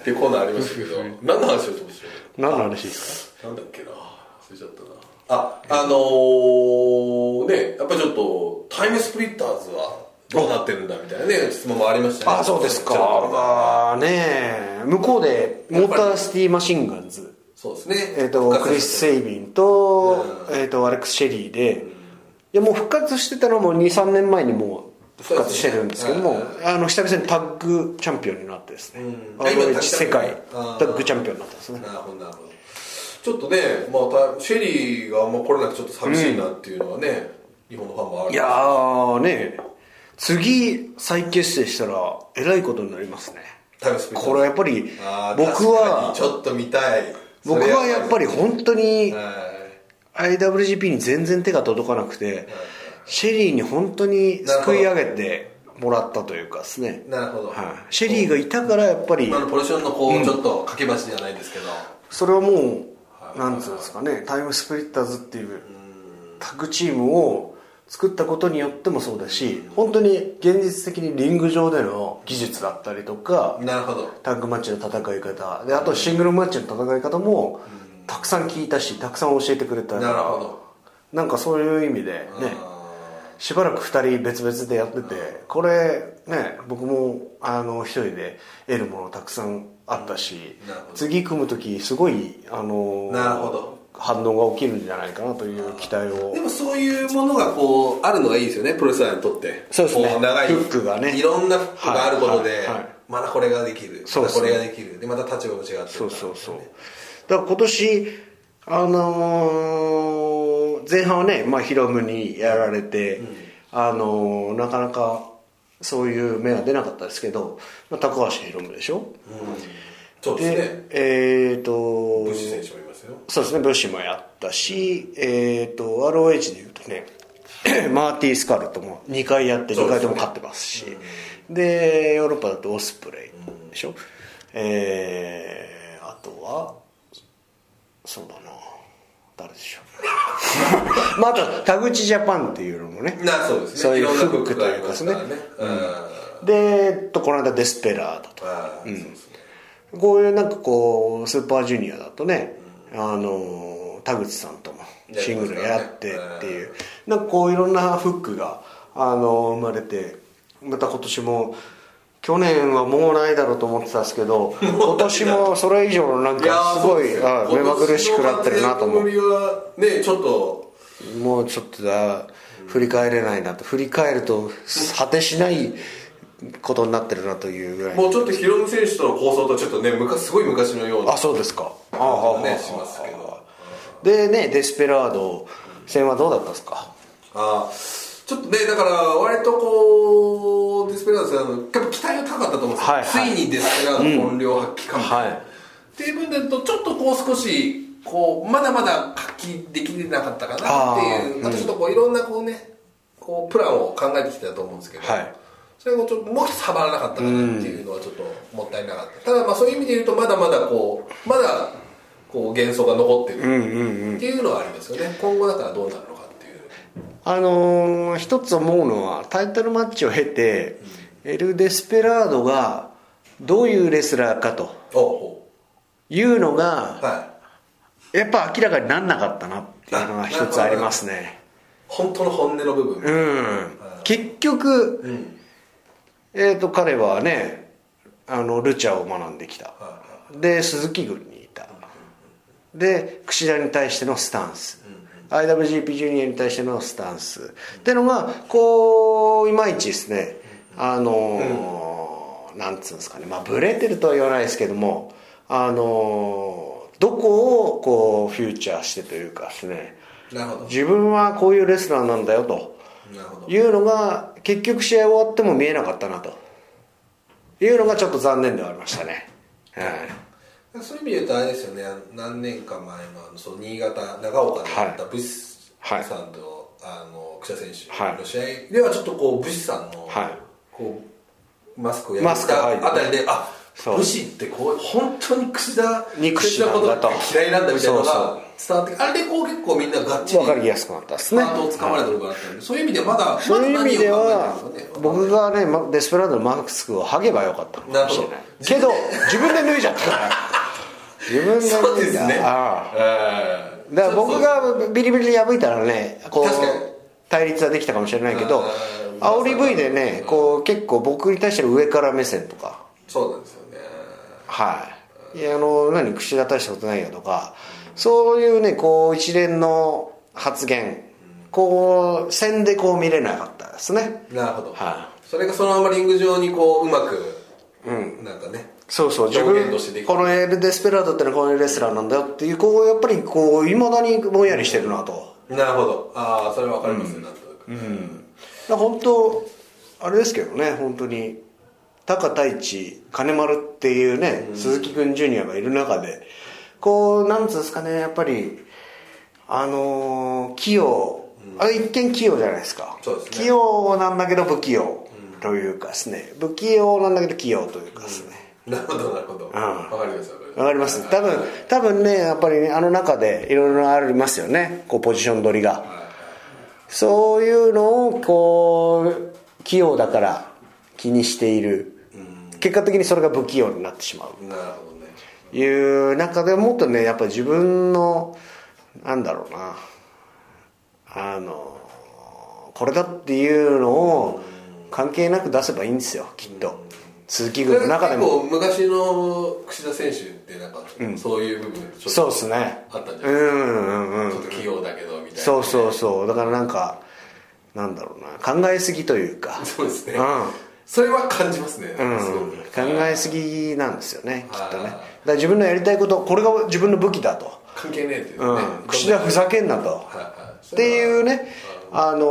S1: っていうコーナーありましたけ ど何の話をしてまし
S2: 何の話です
S1: たなんだっけな忘れちゃったなああのー、ねやっぱりちょっとタイムスプリッターズはどうなってるんだみたいなね質問もありましたね
S2: か
S1: ちょっと
S2: まあねえ向こうでモーターシティマシンガンズ
S1: そうですね
S2: えっとクリス・セイビンと,、えっとアレックス・シェリーで、いやもう復活してたのはもう23年前にもう復活してるんですけども、
S1: そうです
S2: あの久々にタッグチャンピオンになってですね、
S1: うんあ今
S2: ROH 世界
S1: タッグチャンピ
S2: タッグチャンピオン
S1: オン
S2: になったんですね
S1: なるほどなるほどちょっとね、まあ、たシェリーがあんま来れなくてちょっと寂しいなっていうのはね、日本のファンもある
S2: いやーね次再結成したらえらいことになりますね
S1: タイムスピード
S2: これはやっぱり僕
S1: あー確か
S2: は
S1: にちょっと見たい
S2: 僕はやっぱり
S1: そ
S2: 本当に
S1: れははい
S2: IWGP に全然手が届かなくてシェリーに本当にすくい上げてもらったというかですね
S1: なるほど
S2: はい、シェリーがいたからやっぱり
S1: 今のポジションのこう、ちょっと掛け橋じゃないですけど
S2: それはもうなんつうんですかねタイムスプリッターズっていうタッグチームを作ったことによってもそうだし本当に現実的にリング上での技術だったりとか
S1: なるほど
S2: タッグマッチの戦い方であとシングルマッチの戦い方もたくさん聞いたしたくさん教えてくれた
S1: なるほど
S2: なんかそういう意味でねしばらく2人別々でやっててこれね僕もあの一人で得るものたくさんあったし
S1: なるほど
S2: 次組む時すごいあの
S1: なるほど
S2: 反応が起きるんじゃないかなという期待を
S1: でもそういうものがこうあるのがいいですよねプロレスラーにとって
S2: そうですね
S1: こ長い
S2: フックがね
S1: いろんなフックがあることで、
S2: はいはいはい
S1: まだこれができる
S2: そう
S1: ま
S2: で
S1: だ
S2: すね
S1: これができるでまた立場も違ってるから
S2: そうそうそうだから今年あのー前半はね、まあ、ヒロムにやられて、あのーなかなかそういう目は出なかったですけど、まあ、高橋ヒロムでしょ
S1: そうですね
S2: えっ、と
S1: 武士選手もいますよ
S2: そうですねブッシュもやったし、えー、と ROH でいうとね マーティー・スカルトも2回やって
S1: そう
S2: 2
S1: ですね
S2: 回とも勝ってますしで,、ヨーロッパだとオスプレイでしょ、えー、あとはそうだな誰でしょう まああと田口ジャパンっていうのもね
S1: なそうですね
S2: そういう
S1: ろんな
S2: フックというか
S1: フ
S2: で
S1: ッ
S2: す
S1: ク
S2: ね
S1: がありますからね
S2: で、えっと、この間デスペラードと
S1: うんああそうですね
S2: こういうなんかこうスーパージュニアだとね、あの田口さんともシングルやってっていう、なんかこういろんなフックがあの生まれてまた今年も去年はもうないだろうと思ってたんですけ ど今年もそれ以上のなん
S1: いや
S2: か
S1: ー
S2: すご
S1: そう
S2: い
S1: ですね
S2: あ目まぐるしくなってるなと思う
S1: 今年の活躍ぶりはねちょっと
S2: もうちょっとだ振り返れないなと振り返ると果てしないことになってるなというぐらい
S1: もうちょっとヒロム選手との構想とちょっとね昔すごい昔のような
S2: あそうですかああ
S1: 感じがねしますけど
S2: でねデスペラード戦はどうだったんですか
S1: あーちょっとねだから割とこうデスペラードさんのやっぱ期待が高かったと思うんですよ、
S2: はいはい
S1: ついにデスペラードの本領発揮かも、
S2: はい
S1: っていう分で言うとちょっとこう少しこうまだまだ発揮できなかったかなっていうあ
S2: あー
S1: とちょっとこういろんなこうねこうプランを考えてきてたと思うんですけど、
S2: はい
S1: それがちょっともう一つはまらなかったかなっていうのはちょっともったいなかった、ただまあそういう意味で言うとまだまだこうまだこう幻想が残ってるっていうのはありますよね、今後だからどうなるのかっていう
S2: あのー一つ思うのはタイトルマッチを経て、エル・デスペラードがどういうレスラーかと
S1: おお
S2: いうのが
S1: はい
S2: やっぱ明らかになんなかったなっていうのが一つありますね
S1: 本当の本音の部分、
S2: うん結局、えー、と彼はねあのルチャを学んできたで鈴木軍にいたで櫛田に対してのスタンス IWGP ジュニアに対してのスタンスってのがこういまいちですねあのーなんつうんですかねまあブレてるとは言わないですけどもあのーどこをこうフューチャーしてというかですね
S1: なるほど
S2: 自分はこういうレスラーなんだよと
S1: なるほど
S2: いうのが結局試合終わっても見えなかったなというのがちょっと残念ではありましたね、はい
S1: そういう意味で言うとあれですよねあの何年か前のあのその新潟長岡でやった
S2: は
S1: ブシさ
S2: はい
S1: んと、あの草選
S2: は
S1: 手
S2: い
S1: の試合ではちょっとこうブシさんの、
S2: はい
S1: こうマスクをや
S2: マ
S1: っ
S2: スクはい
S1: たあたりで、あ
S2: そう
S1: ブシってこう本当に櫛田
S2: 憎しなんだと
S1: 櫛田のことが嫌いなんだみたいなの
S2: そう
S1: が伝わってあれでこう結構みんながっちり
S2: 分かりやすくなったですね
S1: ハートをつかまれた部分があったんで、そういう意味ではまだ
S2: そういう意味では
S1: まだ何を考えてるんですかね
S2: 僕がねまデスペラードのマスクを剥げばよかったのかもしれないけど自分で脱いじゃった から自分で脱いだ
S1: そうですね
S2: ああ
S1: ええ
S2: だから僕がビリビリで破いたらねこ
S1: 確かに
S2: う対立はできたかもしれないけど
S1: うん
S2: 煽り V でねこう結構僕に対しての上から目線とか
S1: そうなんですよね
S2: はいいやあの何口が大したことないよとかそういうねこう一連の発言こう線でこう見れなかったですね
S1: なるほど、
S2: は
S1: それがそのままリング上にこううまく、
S2: う
S1: なんかね
S2: そうそう自
S1: 表
S2: 分
S1: 現としてできた
S2: このエル・デスペラードってのはこのレスラーなんだよっていうこうやっぱりこういまだにぼんやりしてるなと
S1: なるほどああそれは分かりますよ、なんとなく、
S2: だから本当あれですけどね本当に高太一金丸っていうね、鈴木君ジュニアがいる中でこうなんつうんですかねやっぱりあのー器用、あれ一見器用じゃないですか
S1: そうですね
S2: 器用なんだけど不器用というかですね、不器用なんだけど器用というかですね、
S1: なるほどなるほど、わ分かります分かります
S2: わかります多分多分ねやっぱりねあの中でいろいろありますよねこうポジション取りが、そういうのをこう器用だから気にしている、結果的にそれが不器用になってしまう
S1: なるほどね
S2: いう中でもっとねやっぱ自分のなんだろうなあのこれだっていうのを関係なく出せばいいんですよきっと鈴木軍の中でも
S1: 結構昔の櫛田選手ってなんか、そういう部分ちょっと
S2: そうっすね
S1: あったんじゃ
S2: う
S1: ない
S2: んうんうん
S1: ちょっと器用だけどみたいな
S2: そうそうそうだからなんかなんだろうな考えすぎというか
S1: そうですね、
S2: うん
S1: それは感じますね、すご
S2: うん
S1: く
S2: 考えすぎなんですよねきっとね
S1: はい
S2: だから自分のやりたいことこれが自分の武器だと、
S1: 関係ねえっていうね、
S2: うん、口ではふざけんなと
S1: はいはい
S2: っていうねあの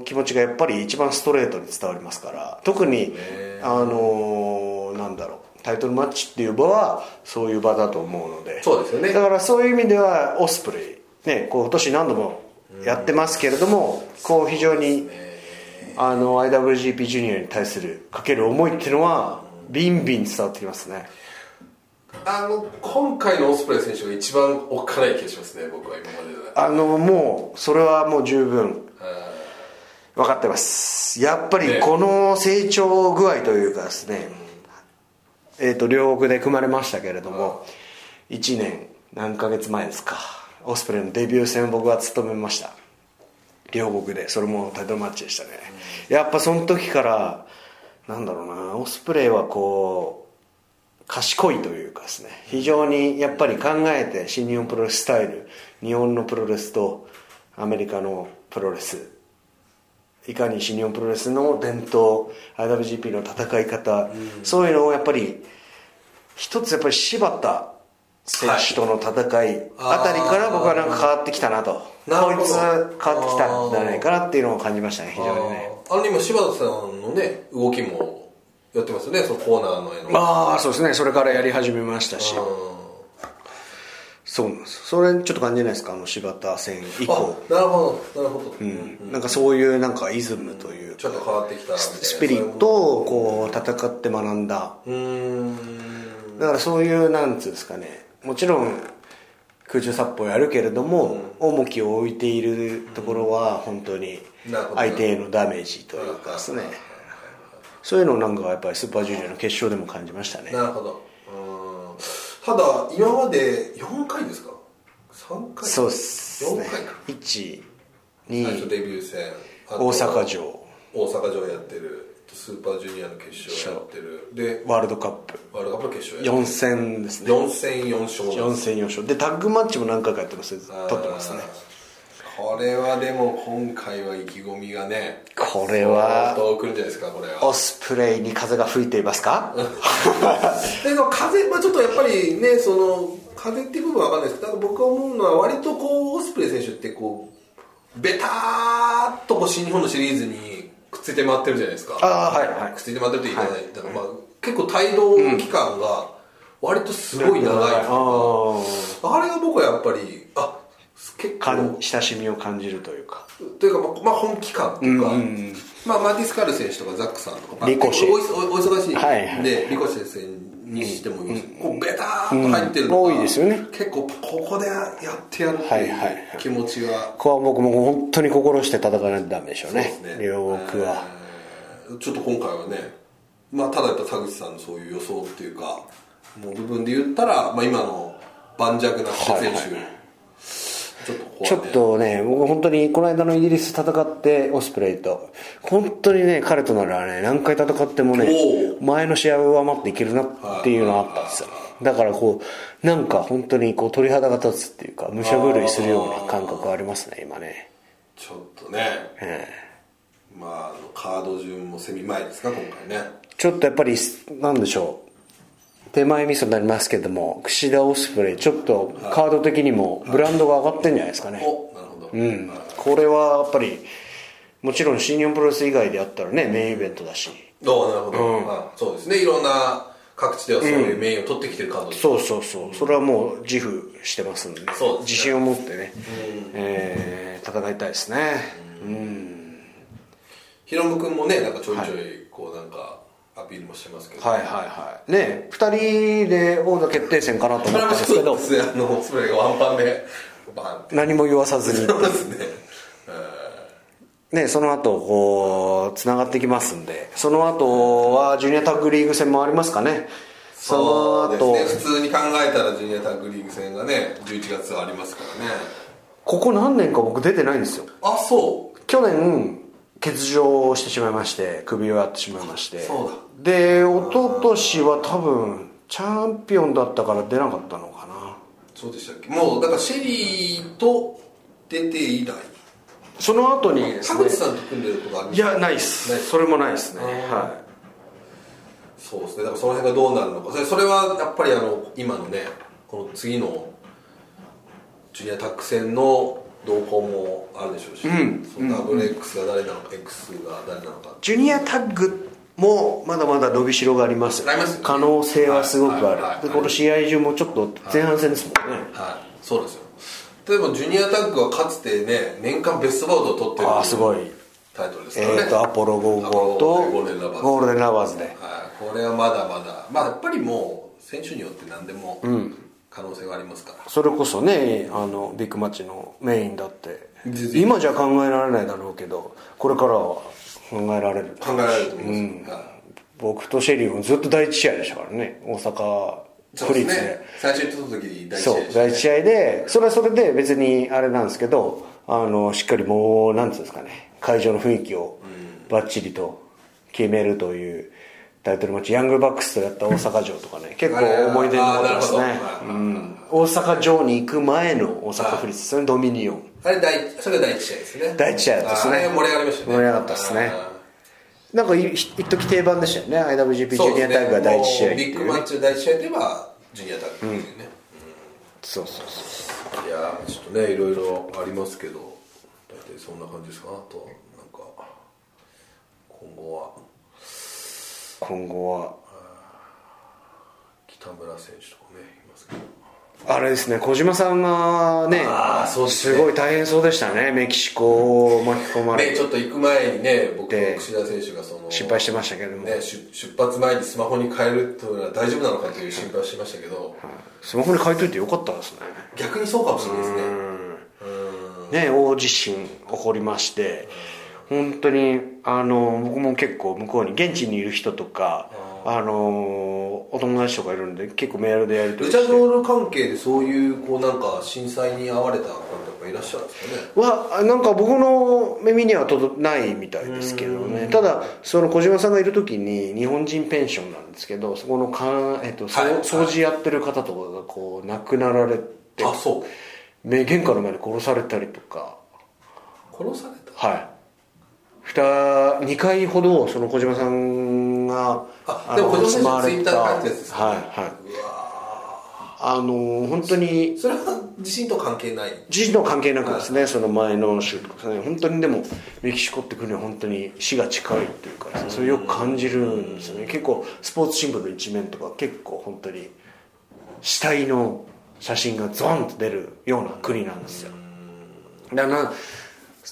S2: ー気持ちがやっぱり一番ストレートに伝わりますから特に
S1: ね
S2: あのーなんだろうタイトルマッチっていう場はそういう場だと思うので
S1: そうですよね
S2: だからそういう意味ではオスプレイ、ね、こう今年何度もやってますけれども、こう非常に、あの IWGP ジュニアに対するかける思いっていうのはビンビン伝わってきますね
S1: あの今回のオスプレイ選手が一番おっかない気がしますね僕は今までで
S2: あのもうそれはもう十分
S1: あ
S2: 分かってますやっぱり
S1: ね
S2: この成長具合というかですねえー、と両国で組まれましたけれども1年何ヶ月前ですかオスプレイのデビュー戦を僕は務めました両国でそれもタイトルマッチでしたね、やっぱその時からなんだろうなオスプレイはこう賢いというかですね非常にやっぱり考えて新日本プロレススタイル日本のプロレスとアメリカのプロレスいかに新日本プロレスの伝統 IWGP の戦い方、そういうのをやっぱり一つやっぱり柴田選手との戦いあたりから僕はなんか変わってきたなと
S1: なるほど
S2: こいつ変わってきたんじゃないかなっていうのを感じましたね非常にね
S1: あの今柴田さんのね動きもやってますよねそのコーナーの絵の
S2: ああそうですねそれからやり始めましたしそうなんですそれちょっと感じないですかあの柴田戦以
S1: あ
S2: 降、
S1: なるほどなるほど、
S2: なんかそういうなんかイズムという
S1: ちょっと変わってきたみたいな
S2: スピリットをこう戦って学んだ
S1: うーん
S2: だからそういうなんつうんですかねもちろん空中殺法やるけれども、重きを置いているところは本当に
S1: なるほど
S2: 相手へのダメージというかですねそういうのをなんかやっぱりスーパージュニアの決勝でも感じましたね
S1: なるほどうーんただ今まで4回ですか3回
S2: そうですね
S1: 4回か
S2: 1
S1: 最初
S2: 2
S1: デビュー戦あ
S2: 大
S1: と
S2: 阪城
S1: 大阪城やってるスーパージュニアの決勝やってるで
S2: ワールドカップ
S1: ワールドカップの決勝やって
S2: 4戦です
S1: る
S2: ね
S1: 4戦4勝なんです
S2: 4戦4勝でタッグマッチも何回かやってます取ってますね
S1: これはでも今回は意気込みがね
S2: これは
S1: どうくるんじゃないですかこれ
S2: オ
S1: は
S2: スプレイに風が吹いています か
S1: でも風、まあ、ちょっとやっぱりねその風っていう部分は分かんないですけどただ僕が思うのは割とこうオスプレイ選手ってこうベターっとこう新日本のシリーズにくっついて回ってるじゃないですか
S2: ああはいはい
S1: くっついて回ってると言いかない、だからまあ結構帯同期間が割とすごい長いっていうか、あれが僕はやっぱりあ結
S2: か
S1: 構
S2: ん親しみを感じるというか
S1: というか、まあ、まあ本気感というか、まあ、マティスカル選手とかザックさんとか、まあ
S2: リコシェ
S1: おいおお忙しいんで、
S2: はいはい
S1: リコシェ選手にしてもいいし、こうベターっと入ってるの
S2: うん多いですよね
S1: 結構ここでやってやるって
S2: はい
S1: いう
S2: はいはい
S1: 気持ちが、
S2: ここは僕も本当に心して戦わないとダメでしょうね
S1: そうですね
S2: 両国は、
S1: えーちょっと今回はね、まあ、ただやっぱ田口さんのそういう予想っていうかもう部分で言ったら、まあ、今の盤石な櫛田選手、ちょっとここはね
S2: ちょっとね僕本当にこの間のイギリス戦ってオスプレイと本当にね彼とならね何回戦ってもね
S1: お
S2: 前の試合を上回っていけるなっていうのはあったんですよだからこうなんか本当にこう鳥肌が立つっていうか武者震いするような感覚ありますね今ね
S4: ちょっとね、まああのカード順も狭いですか今回ね
S2: ちょっとやっぱりなんでしょう手前味噌になりますけども櫛田オスプレイちょっとカード的にもブランドが上がってんじゃないですかね、
S4: おなるほど、
S2: うん、これはやっぱりもちろん新日本プロレス以外であったらねメインイベントだし
S1: どうなるほど、あそうですねいろんな各地ではそういう名誉を取ってきてる感動です、
S2: そうそうそうそれはもう自負してますんで
S1: そうですね
S2: 自信を持ってね、えー戦いたいですね
S1: ヒロム君もねなんかちょいちょいこうなんかアピールもしてますけど、
S2: はいはいはいね二2人で王座決定戦かなと
S1: そ
S2: 思
S1: れ
S2: ったん
S1: も
S2: ですけ
S1: そう
S2: ど
S1: ですねあのスプレーがワンパンでバーンって
S2: 何も言わさずに
S1: そうですね
S2: ね、その後こうつながってきますんでその後はジュニアタッグリーグ戦もありますかねその後、
S1: ですね普通に考えたらジュニアタッグリーグ戦がね11月はありますからね
S2: ここ何年か僕出てないんですよ
S1: あそう
S2: 去年欠場してしまいまして首をやってしまいまして
S1: そう
S2: で一昨年は多分チャンピオンだったから出なかったのかな
S1: そうでしたっけもうだからシェリーと出て以来
S2: その後にです
S1: 田
S2: ね
S1: 口さんと組んでるとかある
S2: いやないっす
S1: ないっす
S2: それもないっすねは
S1: そうですねだからその辺がどうなるのかそれそれはやっぱりあの今のねこの次のジュニアタック戦の動向もあるでしょうし、そのダブル X が誰なのか、X が誰なのか
S2: いジュニアタッグもまだまだ伸びしろがあります
S1: ありますよね
S2: 可能性はすごく
S1: は
S2: あ
S1: い
S2: る、
S1: はいはい
S2: でこの試合中もちょっと前半戦ですもんね、
S1: はいそうですよ例えばジュニアタッグはかつてね年間ベストバウトを取ってる
S2: ああすごい
S1: タイトルです
S2: え
S1: からね
S2: ー、とアポロ55
S1: アポロ
S2: と
S1: ゴールデンラバーズ
S2: ゴールデンラバーズで
S1: はい、これはまだまだ、まあ、やっぱりもう選手によって何でも可能性はありますから、
S2: それこそねあのビッグマッチのメインだって
S1: 全然
S2: 今じゃ考えられないだろうけどこれからは考えられる
S1: 考えられると思います、はい
S2: 僕とシェリーもずっと第一試合でしたからね大阪府
S1: そうです
S2: 立で
S1: ね最初に撮った時に第一試
S2: そ
S1: 合
S2: う
S1: でした
S2: 第一試合でそれはそれで別にあれなんですけどあのしっかりもうなんていうんですかね会場の雰囲気をバッチリと決めるというタイトルマッチヤングバックスとやった大阪城とかね結構思い出に残ってます
S1: あ
S2: ね
S1: ーなるほ
S2: う
S1: ど
S2: ん大阪城に行く前の大阪府立それドミニオン
S1: あれ第一それが第一試合ですね
S2: 第一試合ですね
S1: あれ盛り上がりました
S2: 盛
S1: ね
S2: り上がったですね
S1: あ
S2: なんかい一時定番でしたよね IWGP ジ
S1: ーそう
S2: ュニ
S1: で
S2: ア
S1: すね
S2: タイグが第一試合
S1: も
S2: っ
S1: う
S2: てい
S1: ビッグ
S2: う
S1: マ
S2: ね
S1: ッチの第一試合といえばジュニアタッグっていうね、
S2: そうそうそう
S1: いやーちょっとねいろいろありますけど大体そんな感じですかあとはなんか今後は
S2: 今後は
S1: 北村選手とかねいますけど
S2: あれですね小島さんがね
S1: あーそうですすね
S2: ごい大変そうでしたねメキシコを巻き込まれ
S1: ね、ち
S2: て
S1: ょっと行く前にね、僕と
S2: で
S1: 櫛田選手がその
S2: 心配してましたけども
S1: ね、出出発前にスマホに変えるというのは大丈夫なのかという心配をしてましたけど、
S2: スマホに変えといてよかったですね
S1: 逆にそうかもしれないですね、
S2: ね大地震起こりまして本当にあの僕も結構向こうに現地にいる人とかあのお友達とかいるんで結構メールでやり取
S1: ル
S2: り
S1: チャ
S2: して
S1: ドール関係でそういうこうなんか震災に遭われた方とかいらっしゃるんですかね、
S2: はなんか僕の耳には届かないみたいですけどねただその小島さんがいる時に日本人ペンションなんですけどそこのか、えっとそう
S1: はい
S2: 掃除やってる方とかがこう亡くなられて
S1: あそう
S2: め玄関の前で殺されたりとか
S1: 殺された、
S2: はい2回ほどその小島さんが
S1: あでも小島選手
S2: 住まわれ
S1: ツイッターで書いてたやつですね
S2: はいはいあの本当に
S1: それは地震と関係ない、
S2: 時事の関係なくですね、その前の週とかね本当にでもメキシコって国は本当に死が近いというか、それよく感じるんですよね、結構スポーツ新聞の一面とか結構本当に死体の写真がゾーンと出るような国なんですよ、だから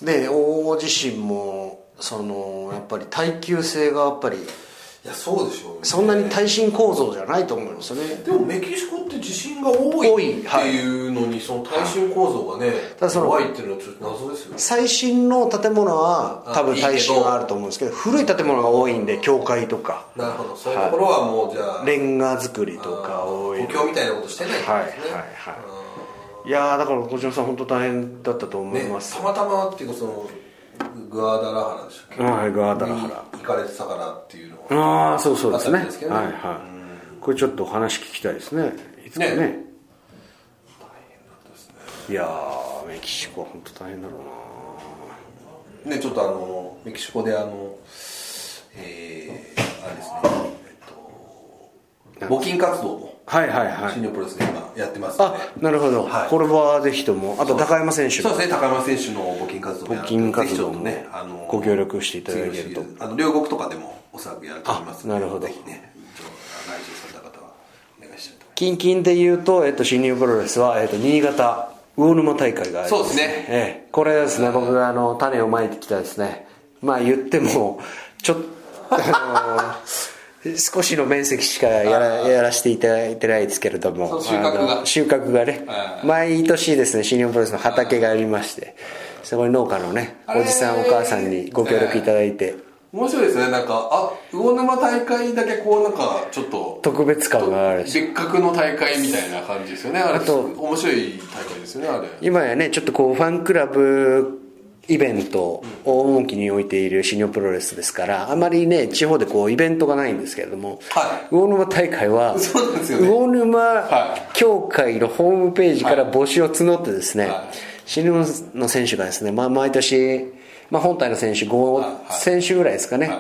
S2: で大地震もそのやっぱり耐久性がやっぱり
S1: いや、そうでしょう、ね、
S2: そんなに耐震構造じゃないと思いますよね、
S1: でもメキシコって地震が
S2: 多
S1: 多
S2: い
S1: いっていうのに、その耐震構造がね、
S2: だその
S1: 怖いっていうのはちょっと謎ですよね。
S2: 最新の建物は
S1: あ
S2: 多分
S1: いいけど
S2: 耐震があると思うんですけど古い建物が多いんで教会とか
S1: なるほど、そういうところはもうじゃあ、
S2: レンガ造りとか多い
S1: 補強みたいなことしてないんですね、
S2: はいはいはいいやーだから小島さん本当大変だったと思
S1: ね
S2: います、
S1: たまたまっていうかそのグアダラハラでしたっけ
S2: はいグアダラハラ
S1: に行かれてたからっていうのは
S2: ああそうそうですね
S1: あったんですけどね
S2: はいはいこれちょっと話聞きたいですねいつかね
S4: ね
S2: いやーメキシコは本当大変だろう
S1: ね、ちょっとあのメキシコであの、えー、あれですね、えっと、募金活動も
S2: なはいはいは
S1: 新
S2: い
S1: 日本プロレスで今やってますので
S2: あなるほど、
S1: はい
S2: これはぜひともあと高山選手
S1: そう
S2: も
S1: ですね高山選手の募金活動もやる
S2: 募金活動も
S1: ぜひちょっとねあの
S2: ご協力していただけると
S1: 次のシリーズあの両国とかでもおそらくやると思いますの
S2: あ
S1: で
S2: なるほど
S1: ぜひねちょっと来場された方はお願いしたいと思い
S2: 近々で言うと、えっと、新日本プロレスは、えっと、新潟魚沼大会があります
S1: そうですね
S2: ええこれですね僕があの種をまいてきたですねまあ言ってもちょっとあの 少しの面積しかやらやらせていただいてないですけれども
S1: その収穫が
S2: あの収穫がね
S1: ああ
S2: 毎年ですね新日本プロレスの畑がありましてそこに農家のね
S1: あれ
S2: おじさんお母さんにご協力いただいて
S1: ます面白いですねなんかあ魚沼大会だけこうなんかちょっと
S2: 特別感があるし
S1: 別格の大会みたいな感じですよねあれ
S2: あと
S1: 面白い大会ですよねあれ
S2: 今やねちょっとこうファンクラブイベントを重きに置いている新日本プロレスですからあまりね地方でこうイベントがないんですけれども、
S1: はい
S2: 魚沼大会は、
S1: そうなんですよね
S2: 魚沼
S1: は
S2: 協会のホームページから募集を募ってですね、
S1: はい
S2: 新日本の選手がですね、まあ、毎年、まあ、本体の選手5選手ぐらいですかね、
S1: はい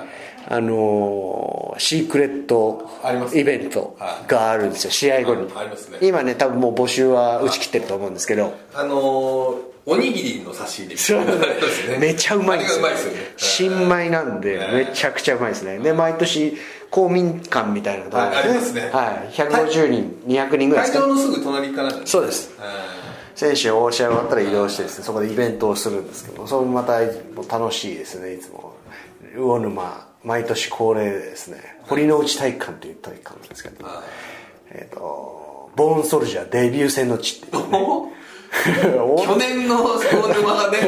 S2: あのーシークレット
S1: ありますね
S2: イベントがあるんですよ、試合後に、
S1: あありますね
S2: 今ね多分もう募集は打ち切ってると思うんですけど、
S1: あのーおにぎりの差し入れみ
S2: そう
S1: たいなやつですね
S2: めちゃうまいんですよ
S1: あれがうまいですよね
S2: 新米なんでめちゃくちゃうまいですねで毎年公民館みたいなのが
S1: はいありますね
S2: はい150人200人ぐらい
S1: 会
S2: ですか
S1: 場のすぐ隣かなんか
S2: そうです選手を試合終わったら移動してですねそこでイベントをするんですけどそれもまた楽しいですねいつも魚沼毎年恒例でですね堀之内体育館という体育館なんですけどえっとボーンソルジャーデビュー戦の地っていう
S1: お去年の魚沼が ね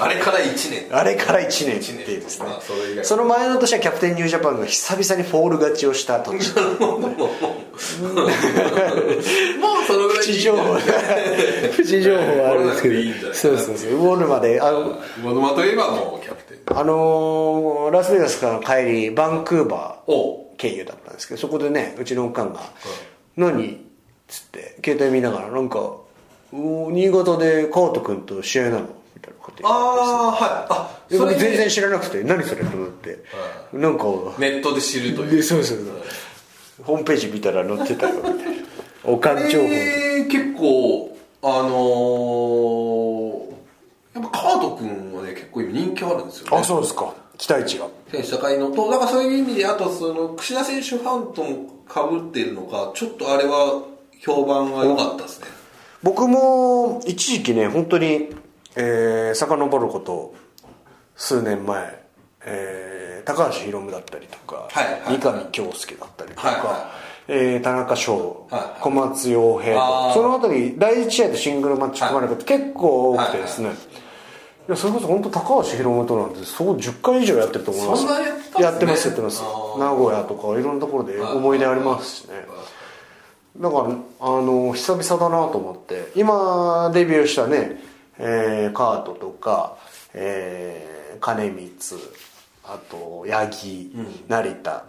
S1: あれから1年
S2: あれから1年っていうですね
S1: まあそれ以外
S2: その前の年はキャプテンニュージャパンが久々にフォール勝ちをした 土地
S1: もうそのぐらい
S2: プチ情 報プチ情報はあるんですけ
S1: いいんじゃない
S2: どそうそうそうウォールまであの
S1: 魚沼といえばもうキャプテン
S2: あのーラスベガスからの帰りバンクーバ
S1: お
S2: ー経由だったんですけどそこでねうちのおかんが「何?」っつって携帯見ながらなんか「お新潟で川人君と試合なの?」みたいなこと言って
S1: ああはいあ
S2: で
S1: そ
S2: 僕
S1: れ
S2: 全
S1: で
S2: 然知らなくて「何それ?」と思ってなんか
S1: ネットで知るとい
S2: で
S1: う
S2: そうそうそうホームページ見たら載ってたよみたいなおかん情報
S1: えー結構あのーやっぱカート君はね結構今人気あるんですよね
S2: あそうですか期待値が
S1: 選手高いのと、だからそういう意味で、あとその、櫛田選手ファンとも被っているのか、ちょっとあれは評判が良かったですね。
S2: 僕も一時期ね本当にえー、遡ること数年前、えー、高橋宏夢だったりとか、
S1: はいはい
S2: 三上京介だったりとか、
S1: はいは
S2: えー田中翔、
S1: はいはい
S2: 小松洋平と
S1: あ
S2: か
S1: ー
S2: その辺り第一試合とシングルマッチ組まれること結構多くてですね、いやそれこそ本当高橋宏夢となんてそう10回以上やってると思います
S1: そんなやってたんですね
S2: やってますやってます
S1: あー
S2: 名古屋とかいろんなところで思い出ありますしね、だからあの久々だなと思って今デビューしたね、えーカートとか、えー金光あと八木、成田、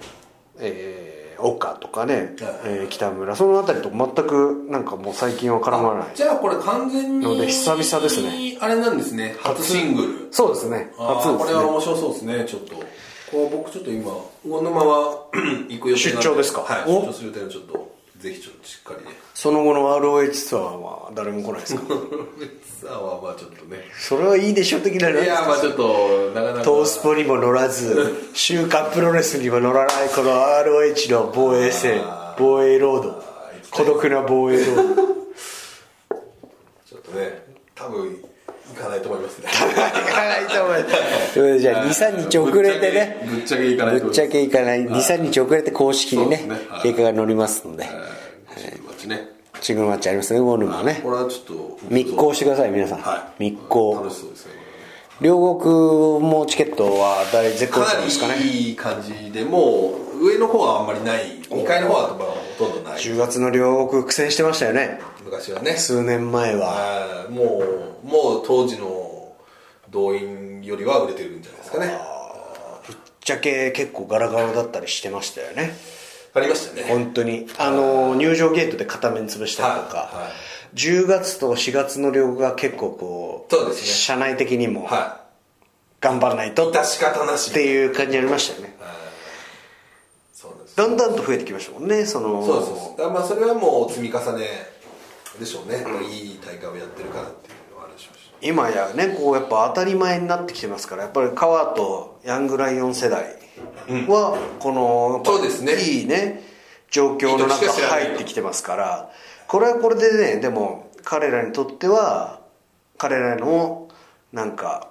S2: えー岡とかね、えー北村その辺りと全くなんかもう最近は絡まない
S1: じゃあこれ完全に。
S2: ので久々ですね。
S1: あれなんですね、初シングル。
S2: そうですね
S1: あー
S2: 初で
S1: こ
S2: す
S1: れは
S2: ね
S1: 面白そうですね、ちょっと。こう僕ちょっと今、魚沼は 行く予定なん
S2: 出張ですか
S1: はい。
S2: お
S1: 出張する予定のちょっと、ぜひちょっとしっかりね。
S2: その後の ROH ツアーは誰も来ないですか
S1: さあはまあちょっとね。
S2: それはいいでしょ的なのなん
S1: い
S2: です
S1: や
S2: か
S1: まあちょっと、なかなか。
S2: トースポにも乗らず週刊プロレスにも乗らないこの ROH の防衛戦防衛ロード孤独な防衛ロード
S1: ちょっとね、多分行かないと思いますね。
S2: 行かないと思うそれでじゃあ23日遅れてね
S1: ぶっちゃけぶっちゃけ行かないと
S2: ぶっちゃけ行かない23日遅れて公式にね
S1: そうですねはい
S2: 経過が乗りますので
S1: はい待ちね。
S2: チグルマッチありますねウォールマね
S1: これはちょっと
S2: 密航してください皆さ
S1: は
S2: ん
S1: い
S2: 密航
S1: 楽しそうですね
S2: 両国もチケットは大絶
S1: か
S2: 好調ですか
S1: な
S2: ね
S1: りいい感じでもう上の方はあんまりない2階の方はまあほとんどない
S2: 10月の両国苦戦してましたよね
S1: 昔はね
S2: 数年前は
S1: あーもうもう当時の動員よりは売れてるんじゃないですかね
S2: ぶっちゃけ結構ガラガラだったりしてましたよね
S1: ありましたね
S2: 本当にあの入場ゲートで片面潰したりとか、
S1: はいはい
S2: 10月と4月の両が結構こう
S1: そうですね
S2: 社内的にも
S1: は
S2: 頑張らないと
S1: い致し方なし
S2: っていう感じになりましたよね
S1: そうなんです
S2: だんだんと増えてきましたもんねその
S1: そうそうそうだからまあそれはもう積み重ねでしょうね、いい大会をやってるからっていうのはあるでしょうし
S2: 今やねこうやっぱ当たり前になってきてますからやっぱり川とヤングライオン世代はこの、
S1: そうですね
S2: いいね状況の中
S1: いい年しか知らない
S2: 入ってきてますからこれはこれでねでも彼らにとっては彼らのなんか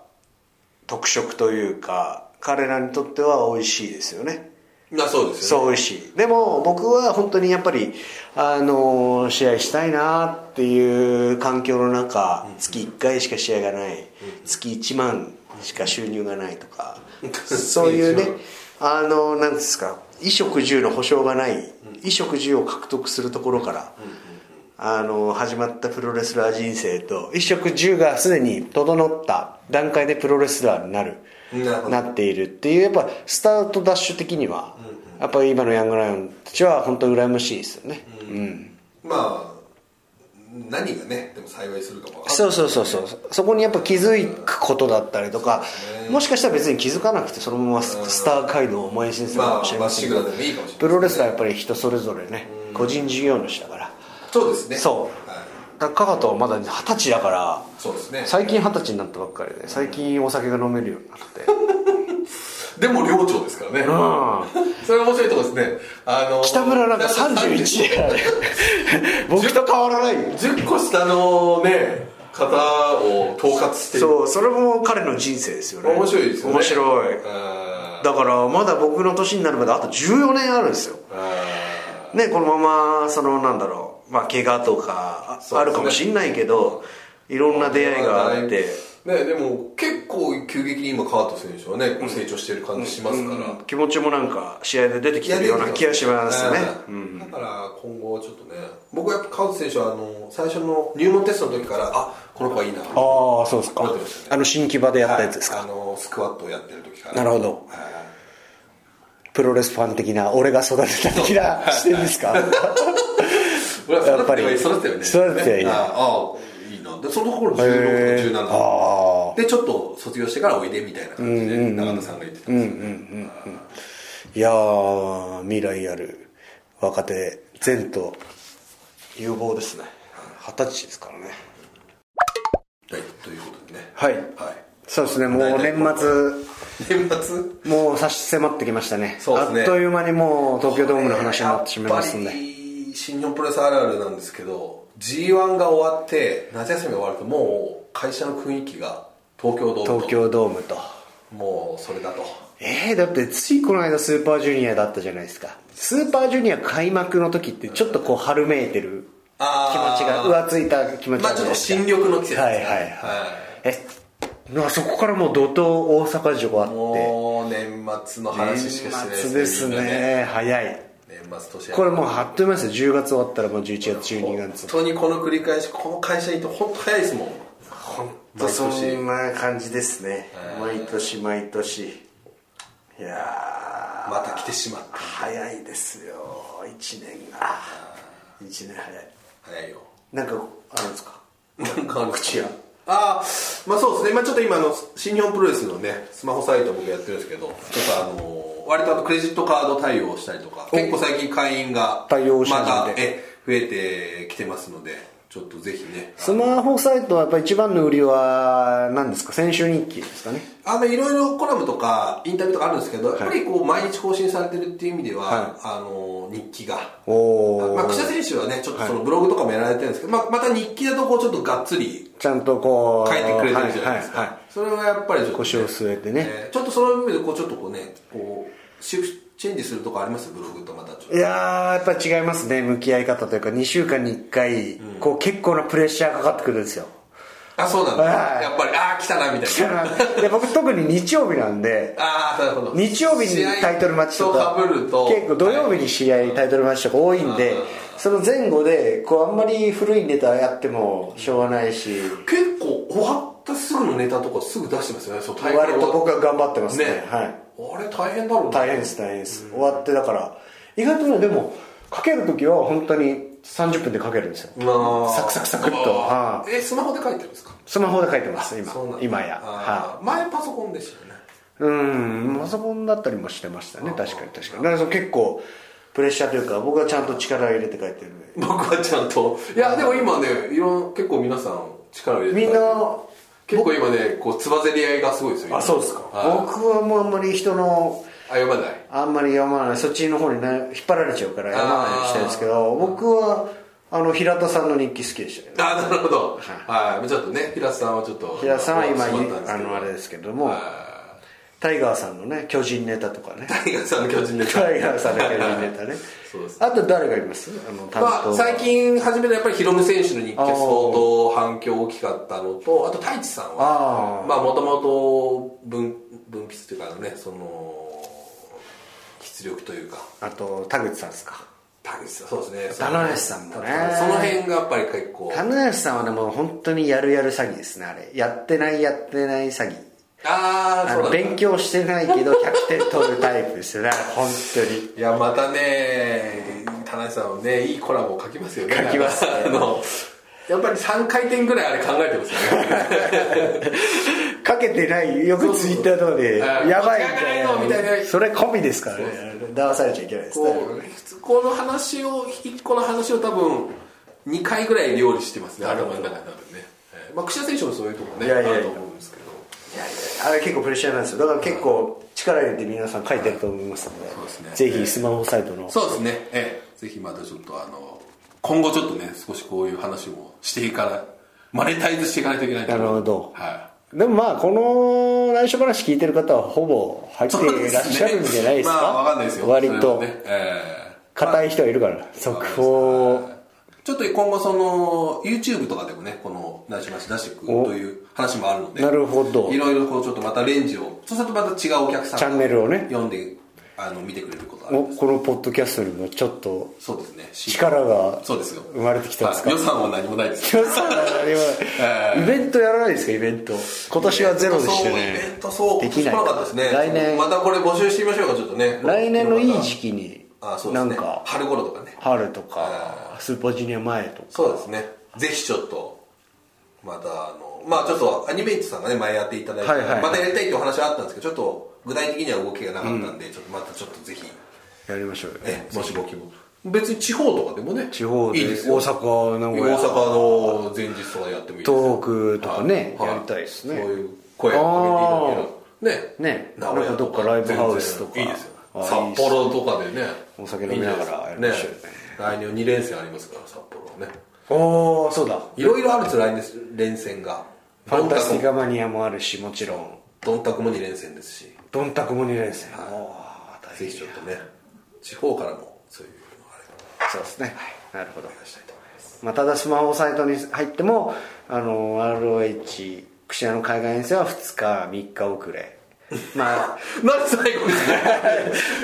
S2: 特色というか彼らにとっては美味しいですよね
S1: まあそうですよ
S2: そ
S1: ね
S2: う美味しいでも僕は本当にやっぱり、あのー試合したいなっていう環境の中、月1回しか試合がない、月1万しか収入がないと か、そういうねあのーなんですか衣食住の保障がない、衣食住を獲得するところから、あのー始まったプロレスラー人生と衣食住がすでに整った段階でプロレスラーになる。
S1: なるほど
S2: なっているっていうやっぱスタートダッシュ的には、やっぱり今のヤングライオンたちは本当に羨ましいですよね、うん
S1: まあ何がねでも幸いするかもわかんない
S2: そうそうそうそうそこにやっぱ気づくことだったりとか、もしかしたら別に気づかなくてそのままスター街道を邁進するかもしれませんけど、
S1: まあまっしぐらでもいいかもしれない
S2: プロレスラーはやっぱり人それぞれね、個人事業主だから、
S1: そうですね
S2: そう
S1: はい、
S2: だから加賀とはまだ二十歳だから
S1: そうですね
S2: 最近二十歳になったばっかりで最近お酒が飲めるようになって
S1: でも寮長ですからね、それは面白いところですねあの
S2: 北村なんか31だか らね僕と変わらないよ
S1: 10個下のね方を統括してる
S2: そうそれも彼の人生ですよね
S1: 面白いですよね
S2: 面白い
S1: あ
S2: だからまだ僕の年になるまであと14年あるんですよ
S1: ーあ
S2: ねこのままそのなんだろうまあ怪我とかあ
S1: うですね
S2: あるかもしんないけどいろんな出会いがあって
S1: ね、でも結構急激に今カート選手はねこう成長してる感じしますから、
S2: 気持ちもなんか試合で出てきてるような気がしますね
S1: うんだから今後はちょっとね僕はやっぱカート選手はあの最初の入門テストの時からあこの子はいいなあ
S2: ああそうです
S1: 思ってましたね
S2: あの新木場でやった
S1: あのスクワットをやってる時から
S2: なるほどプロレスファン的な俺が育てた的な視点です かや
S1: や
S2: っ
S1: っ
S2: ぱ
S1: ぱ
S2: り
S1: り育てたよね
S2: 育てたよね
S1: ねああいいなでその頃16と
S2: へー
S1: 17
S2: あ
S1: でちょっと卒業してからおいでみたいな感じで永田さんが言ってたんですよね
S2: いやー未来ある若手前途有望ですね二十歳ですからね
S1: はいということでね
S2: はい
S1: はい
S2: そうですねもう
S1: 大
S2: 年
S1: 体こんな年
S2: 末もう差し迫ってきましたね
S1: そうですね
S2: あっという間にもう東京ドームの
S1: 末
S2: 話になってしまいますん
S1: やっぱ
S2: で
S1: り新日本プロレスあるあるなんですけど G1 が終わって夏休みが終わるともう会社の雰囲気が東京ドームと
S2: 東京ドームと
S1: もうそれだと
S2: えー、だってついこの間スーパージュニアだったじゃないですかスーパージュニア開幕の時ってちょっとこう春めいてる気持
S1: あー
S2: ちが浮ついた気持ちが
S1: まあちょっと
S2: ですか
S1: 新緑の季節ですね
S2: はいはいはい、えまあそこからもう怒涛大阪城あって
S1: もう年末の話しかしてない
S2: 年末です
S1: みんな
S2: ね早い
S1: 年末年明け
S2: これもうあっという間ですよ10月終わったらもう11月12
S1: 本
S2: 月
S1: 当にこの繰り返しこの会社に行って本当早いですもん
S2: 本
S1: 当そん
S2: な感じですね毎年毎年いや
S1: また来てしまった
S2: 早いですよ1年が1年早い
S1: 早いよ
S2: なんかあるんですか
S1: なんかあの
S2: 口や
S1: ああまあそうですね、まあ、ちょっと今あの新日本プロレスのねスマホサイト僕やってるんですけどちょっとあのー割とあとクレジットカード対応したりとか結構最近会員が
S2: 対応し始め
S1: ま
S2: て
S1: たえ増えてきてますのでちょっとぜひね
S2: スマホサイトはやっぱ一番の売りは何ですか先週日記ですかね
S1: あのいろいろコラムとかインタビューとかあるんですけどやっぱりこう毎日更新されてるっていう意味では、
S2: はい
S1: あのー日記が
S2: おお、
S1: まあ、櫛田選手はねちょっとそのブログとかもやられてるんですけど、まあ、また日記だとこうちょっとがっつり
S2: ちゃんとこう
S1: 書いてくれてるじゃないですか、
S2: はいはいはい
S1: それはやっぱりちょっと、ね、
S2: 腰を据えてね
S1: えーちょっとその部分でこうちょっとこうねこうシフトチェンジするとこありますブログとまたちょっと
S2: いやーやっぱり違いますね向き合い方というか2週間に1回、こう結構なプレッシャーかかってくるんですよ
S1: あそうなんだ、
S2: はい
S1: やっぱりああ来たなみたい な
S2: で僕特に日曜日なんで
S1: ああなるほど
S2: 日曜日にタイトルマッチとか
S1: 試合と被ると
S2: 結構土曜日に試合タイトルマッチとか多いんで、その前後でこうあんまり古いネタやってもしょうがないし、
S1: 結構終わったすぐのネタとかすぐ出してますよねそう大
S2: 割と
S1: 終わっ
S2: 僕は頑張ってますね
S1: ね
S2: はい
S1: あれ大変だろうね
S2: 大変です大変です、終わってだから意外とねでもかける時は本当に30分でかけるんですよサクサクサクっとは
S1: あ
S2: い
S1: ーえスマホで書いてるんですか
S2: スマホで書いてます
S1: そうなん
S2: 今
S1: だ
S2: 今やはい
S1: あー前パソコンでしたよね
S2: うんパソコンだったりもしてましたね確かに確かにだからその結構プレッシャーというか僕はちゃんと力を入れて書いてるんで
S1: 僕はちゃんといやでも今ねいろん結構皆さん力を入れて
S2: みんな
S1: 結構今ねこうつばぜり合いがすごいですよ
S2: あそうですか
S1: はい
S2: 僕はもうあんまり人の
S1: あ読まない
S2: あんまり読まないそっちの方に、ね、引っ張られちゃうから読まないようにしたいんですけど僕はあの平田さんの日記好きでしたけど
S1: あなるほどはいちょっとね平田さんはちょっと
S2: 平田さんは今
S1: しまったんです
S2: あ
S1: けど
S2: のあれですけども、
S1: は
S2: タイガーさんのね巨人ネタとかね
S1: いタイガーさんの巨人です
S2: タイガーさんの巨人ネタね
S1: そうです
S2: あと誰がいますあの 担当、
S1: まあ、最近始めたやっぱりヒロム選手の日記は
S2: あー
S1: 相当反響大きかったのとあと太一さんは
S2: あー
S1: まあもともと分分泌というかあのねその出力というか
S2: あと田口さんですか
S1: 田口さんそうですね
S2: 棚橋さんもね
S1: その辺がやっぱり結構
S2: 棚橋さんはねもう本当にやるやる詐欺ですねあれやってないやってない詐欺
S1: ああ
S2: あ
S1: そう
S2: の
S1: だ
S2: 勉強してないけど100点取るタイプですよねあれ本当に
S1: いやまたね田中さんはねいいコラムを書きますよね
S2: 書きますね
S1: あのやっぱり3回転ぐらいあれ考えてますよね
S2: かけてないよくツイッターとかで
S1: そうそう
S2: やばい
S1: うん
S2: みたいなそれ込みですからね騙されちゃいけないですね
S1: こう普通この話を1個の話を多分2回ぐらい料理してますね頭の中で多分ね、えーまあ、櫛田選手もそういうとこね
S2: いやいやいや
S1: あると思うんですけど
S2: あれ結構プレッシャーなんですよだから結構力入れて皆さん書いてると思いますので
S1: そうですね
S2: ぜひスマホサイトの
S1: そうですねええぜひまたちょっとあの今後ちょっとね少しこういう話もしていかないマネタイズしていかないといけないと思う
S2: なるほど
S1: はい
S2: でもまあこの内緒話聞いてる方はほぼ入って
S1: そうで
S2: いらっ
S1: す
S2: しゃ
S1: ね
S2: るんじゃないですか
S1: まあわかんないですよ
S2: 割
S1: そ
S2: と
S1: れはねええ
S2: 硬い人はいるから速報を
S1: ちょっと今後その YouTube とかでもねこの内緒話出していくという話もあるので
S2: なるほど
S1: いろいろこうちょっとまたレンジをそうするとまた違うお客さんが
S2: チャンネルをね
S1: 読んであの見てくれることある
S2: おこのポッドキャストにもちょっと
S1: そうですねし
S2: 力が
S1: そうですよ
S2: 生まれてきたんですか
S1: はい予算は何もないです
S2: 予算は何もないイベントやらないですかイベント今年はゼロでしてね
S1: イベントそう
S2: できない
S1: 少なかったですね
S2: 来年
S1: またこれ募集してみましょうかちょっとね
S2: 来年のいい時期に
S1: あそうで
S2: な
S1: す
S2: ん
S1: ね
S2: か
S1: 春頃とかね
S2: 春とかスーパージュニア前とか
S1: そうですねぜひちょっとまたあのまあちょっとアニメイトさんがね前やっていただいて、
S2: はいはいはい
S1: またやりたいっていうお話はあったんですけどちょっと具体的には動きがなかったんで、ちょっとまたちょっとぜひ
S2: やりましょうよ
S1: ええもしご希望別に地方とかでもね
S2: 地方で
S1: いいすよ
S2: 大阪名古屋
S1: 大阪の前日とかやってもいいですよ
S2: 東北とかね
S1: は
S2: やりたいですね
S1: そういう声を上げていただける
S2: ね
S1: 名古屋
S2: な
S1: と
S2: んかどっかライブハウスとか
S1: 全然いいですよ
S2: あ
S1: 札
S2: いいっす
S1: 幌とかでね
S2: お酒飲みながらやり
S1: ね
S2: ましょうよね
S1: 来年2連戦ありますから札幌ね
S2: おおそうだ
S1: いろいろあるんですよ来年連戦が
S2: ファンタスティ
S1: どんた
S2: カマニアもあるしもちろん
S1: くどんたくも2連戦ですし
S2: どんたくも2連戦おー大
S1: ぜ
S2: 変
S1: ひちょっとね地方からもそういうのがあれば
S2: そうですねなるほど
S1: お願いしたいと思います
S2: まあ、ただスマホサイトに入ってもあの ROH 串屋の海外遠征は2日3日遅れ まあ
S1: なんで最後ですね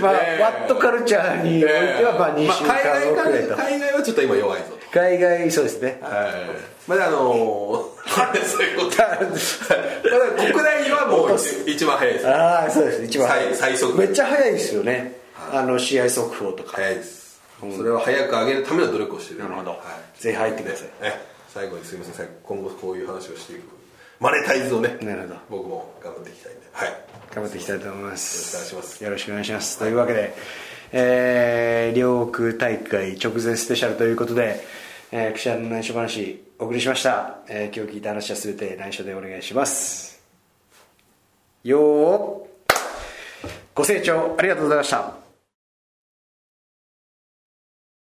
S2: まあ、
S1: ねえ
S2: ワットカルチャーにおいてはまあ2週
S1: まあ
S2: 間遅れ
S1: 海外
S2: と、
S1: から海外はちょっと今弱いぞと
S2: 海外そうですね
S1: はい、まだあの ー、なんでそういうこと まだ国内はもう一一番早いです
S2: ああそうです一番
S1: 最最速
S2: めっちゃ早いですよねあの試合速報とか
S1: 早いですそれを早く上げるための努力をしてる
S2: なるほど
S1: はい、
S2: ぜひ入ってください
S1: ね最後にすみません最後今後こういう話をしていくマネタイズをね
S2: なるほど
S1: 僕も頑張っていきたいんではい
S2: 頑張っていきたいと思います
S1: よろしくお願いします
S2: よろしくお願いしますというわけで、えー、両国大会直前スペシャルということで、えー、クシャンの内緒話お送りしました、えー今日聞いた話は全て内緒でお願いしますよーご清聴ありがとうございました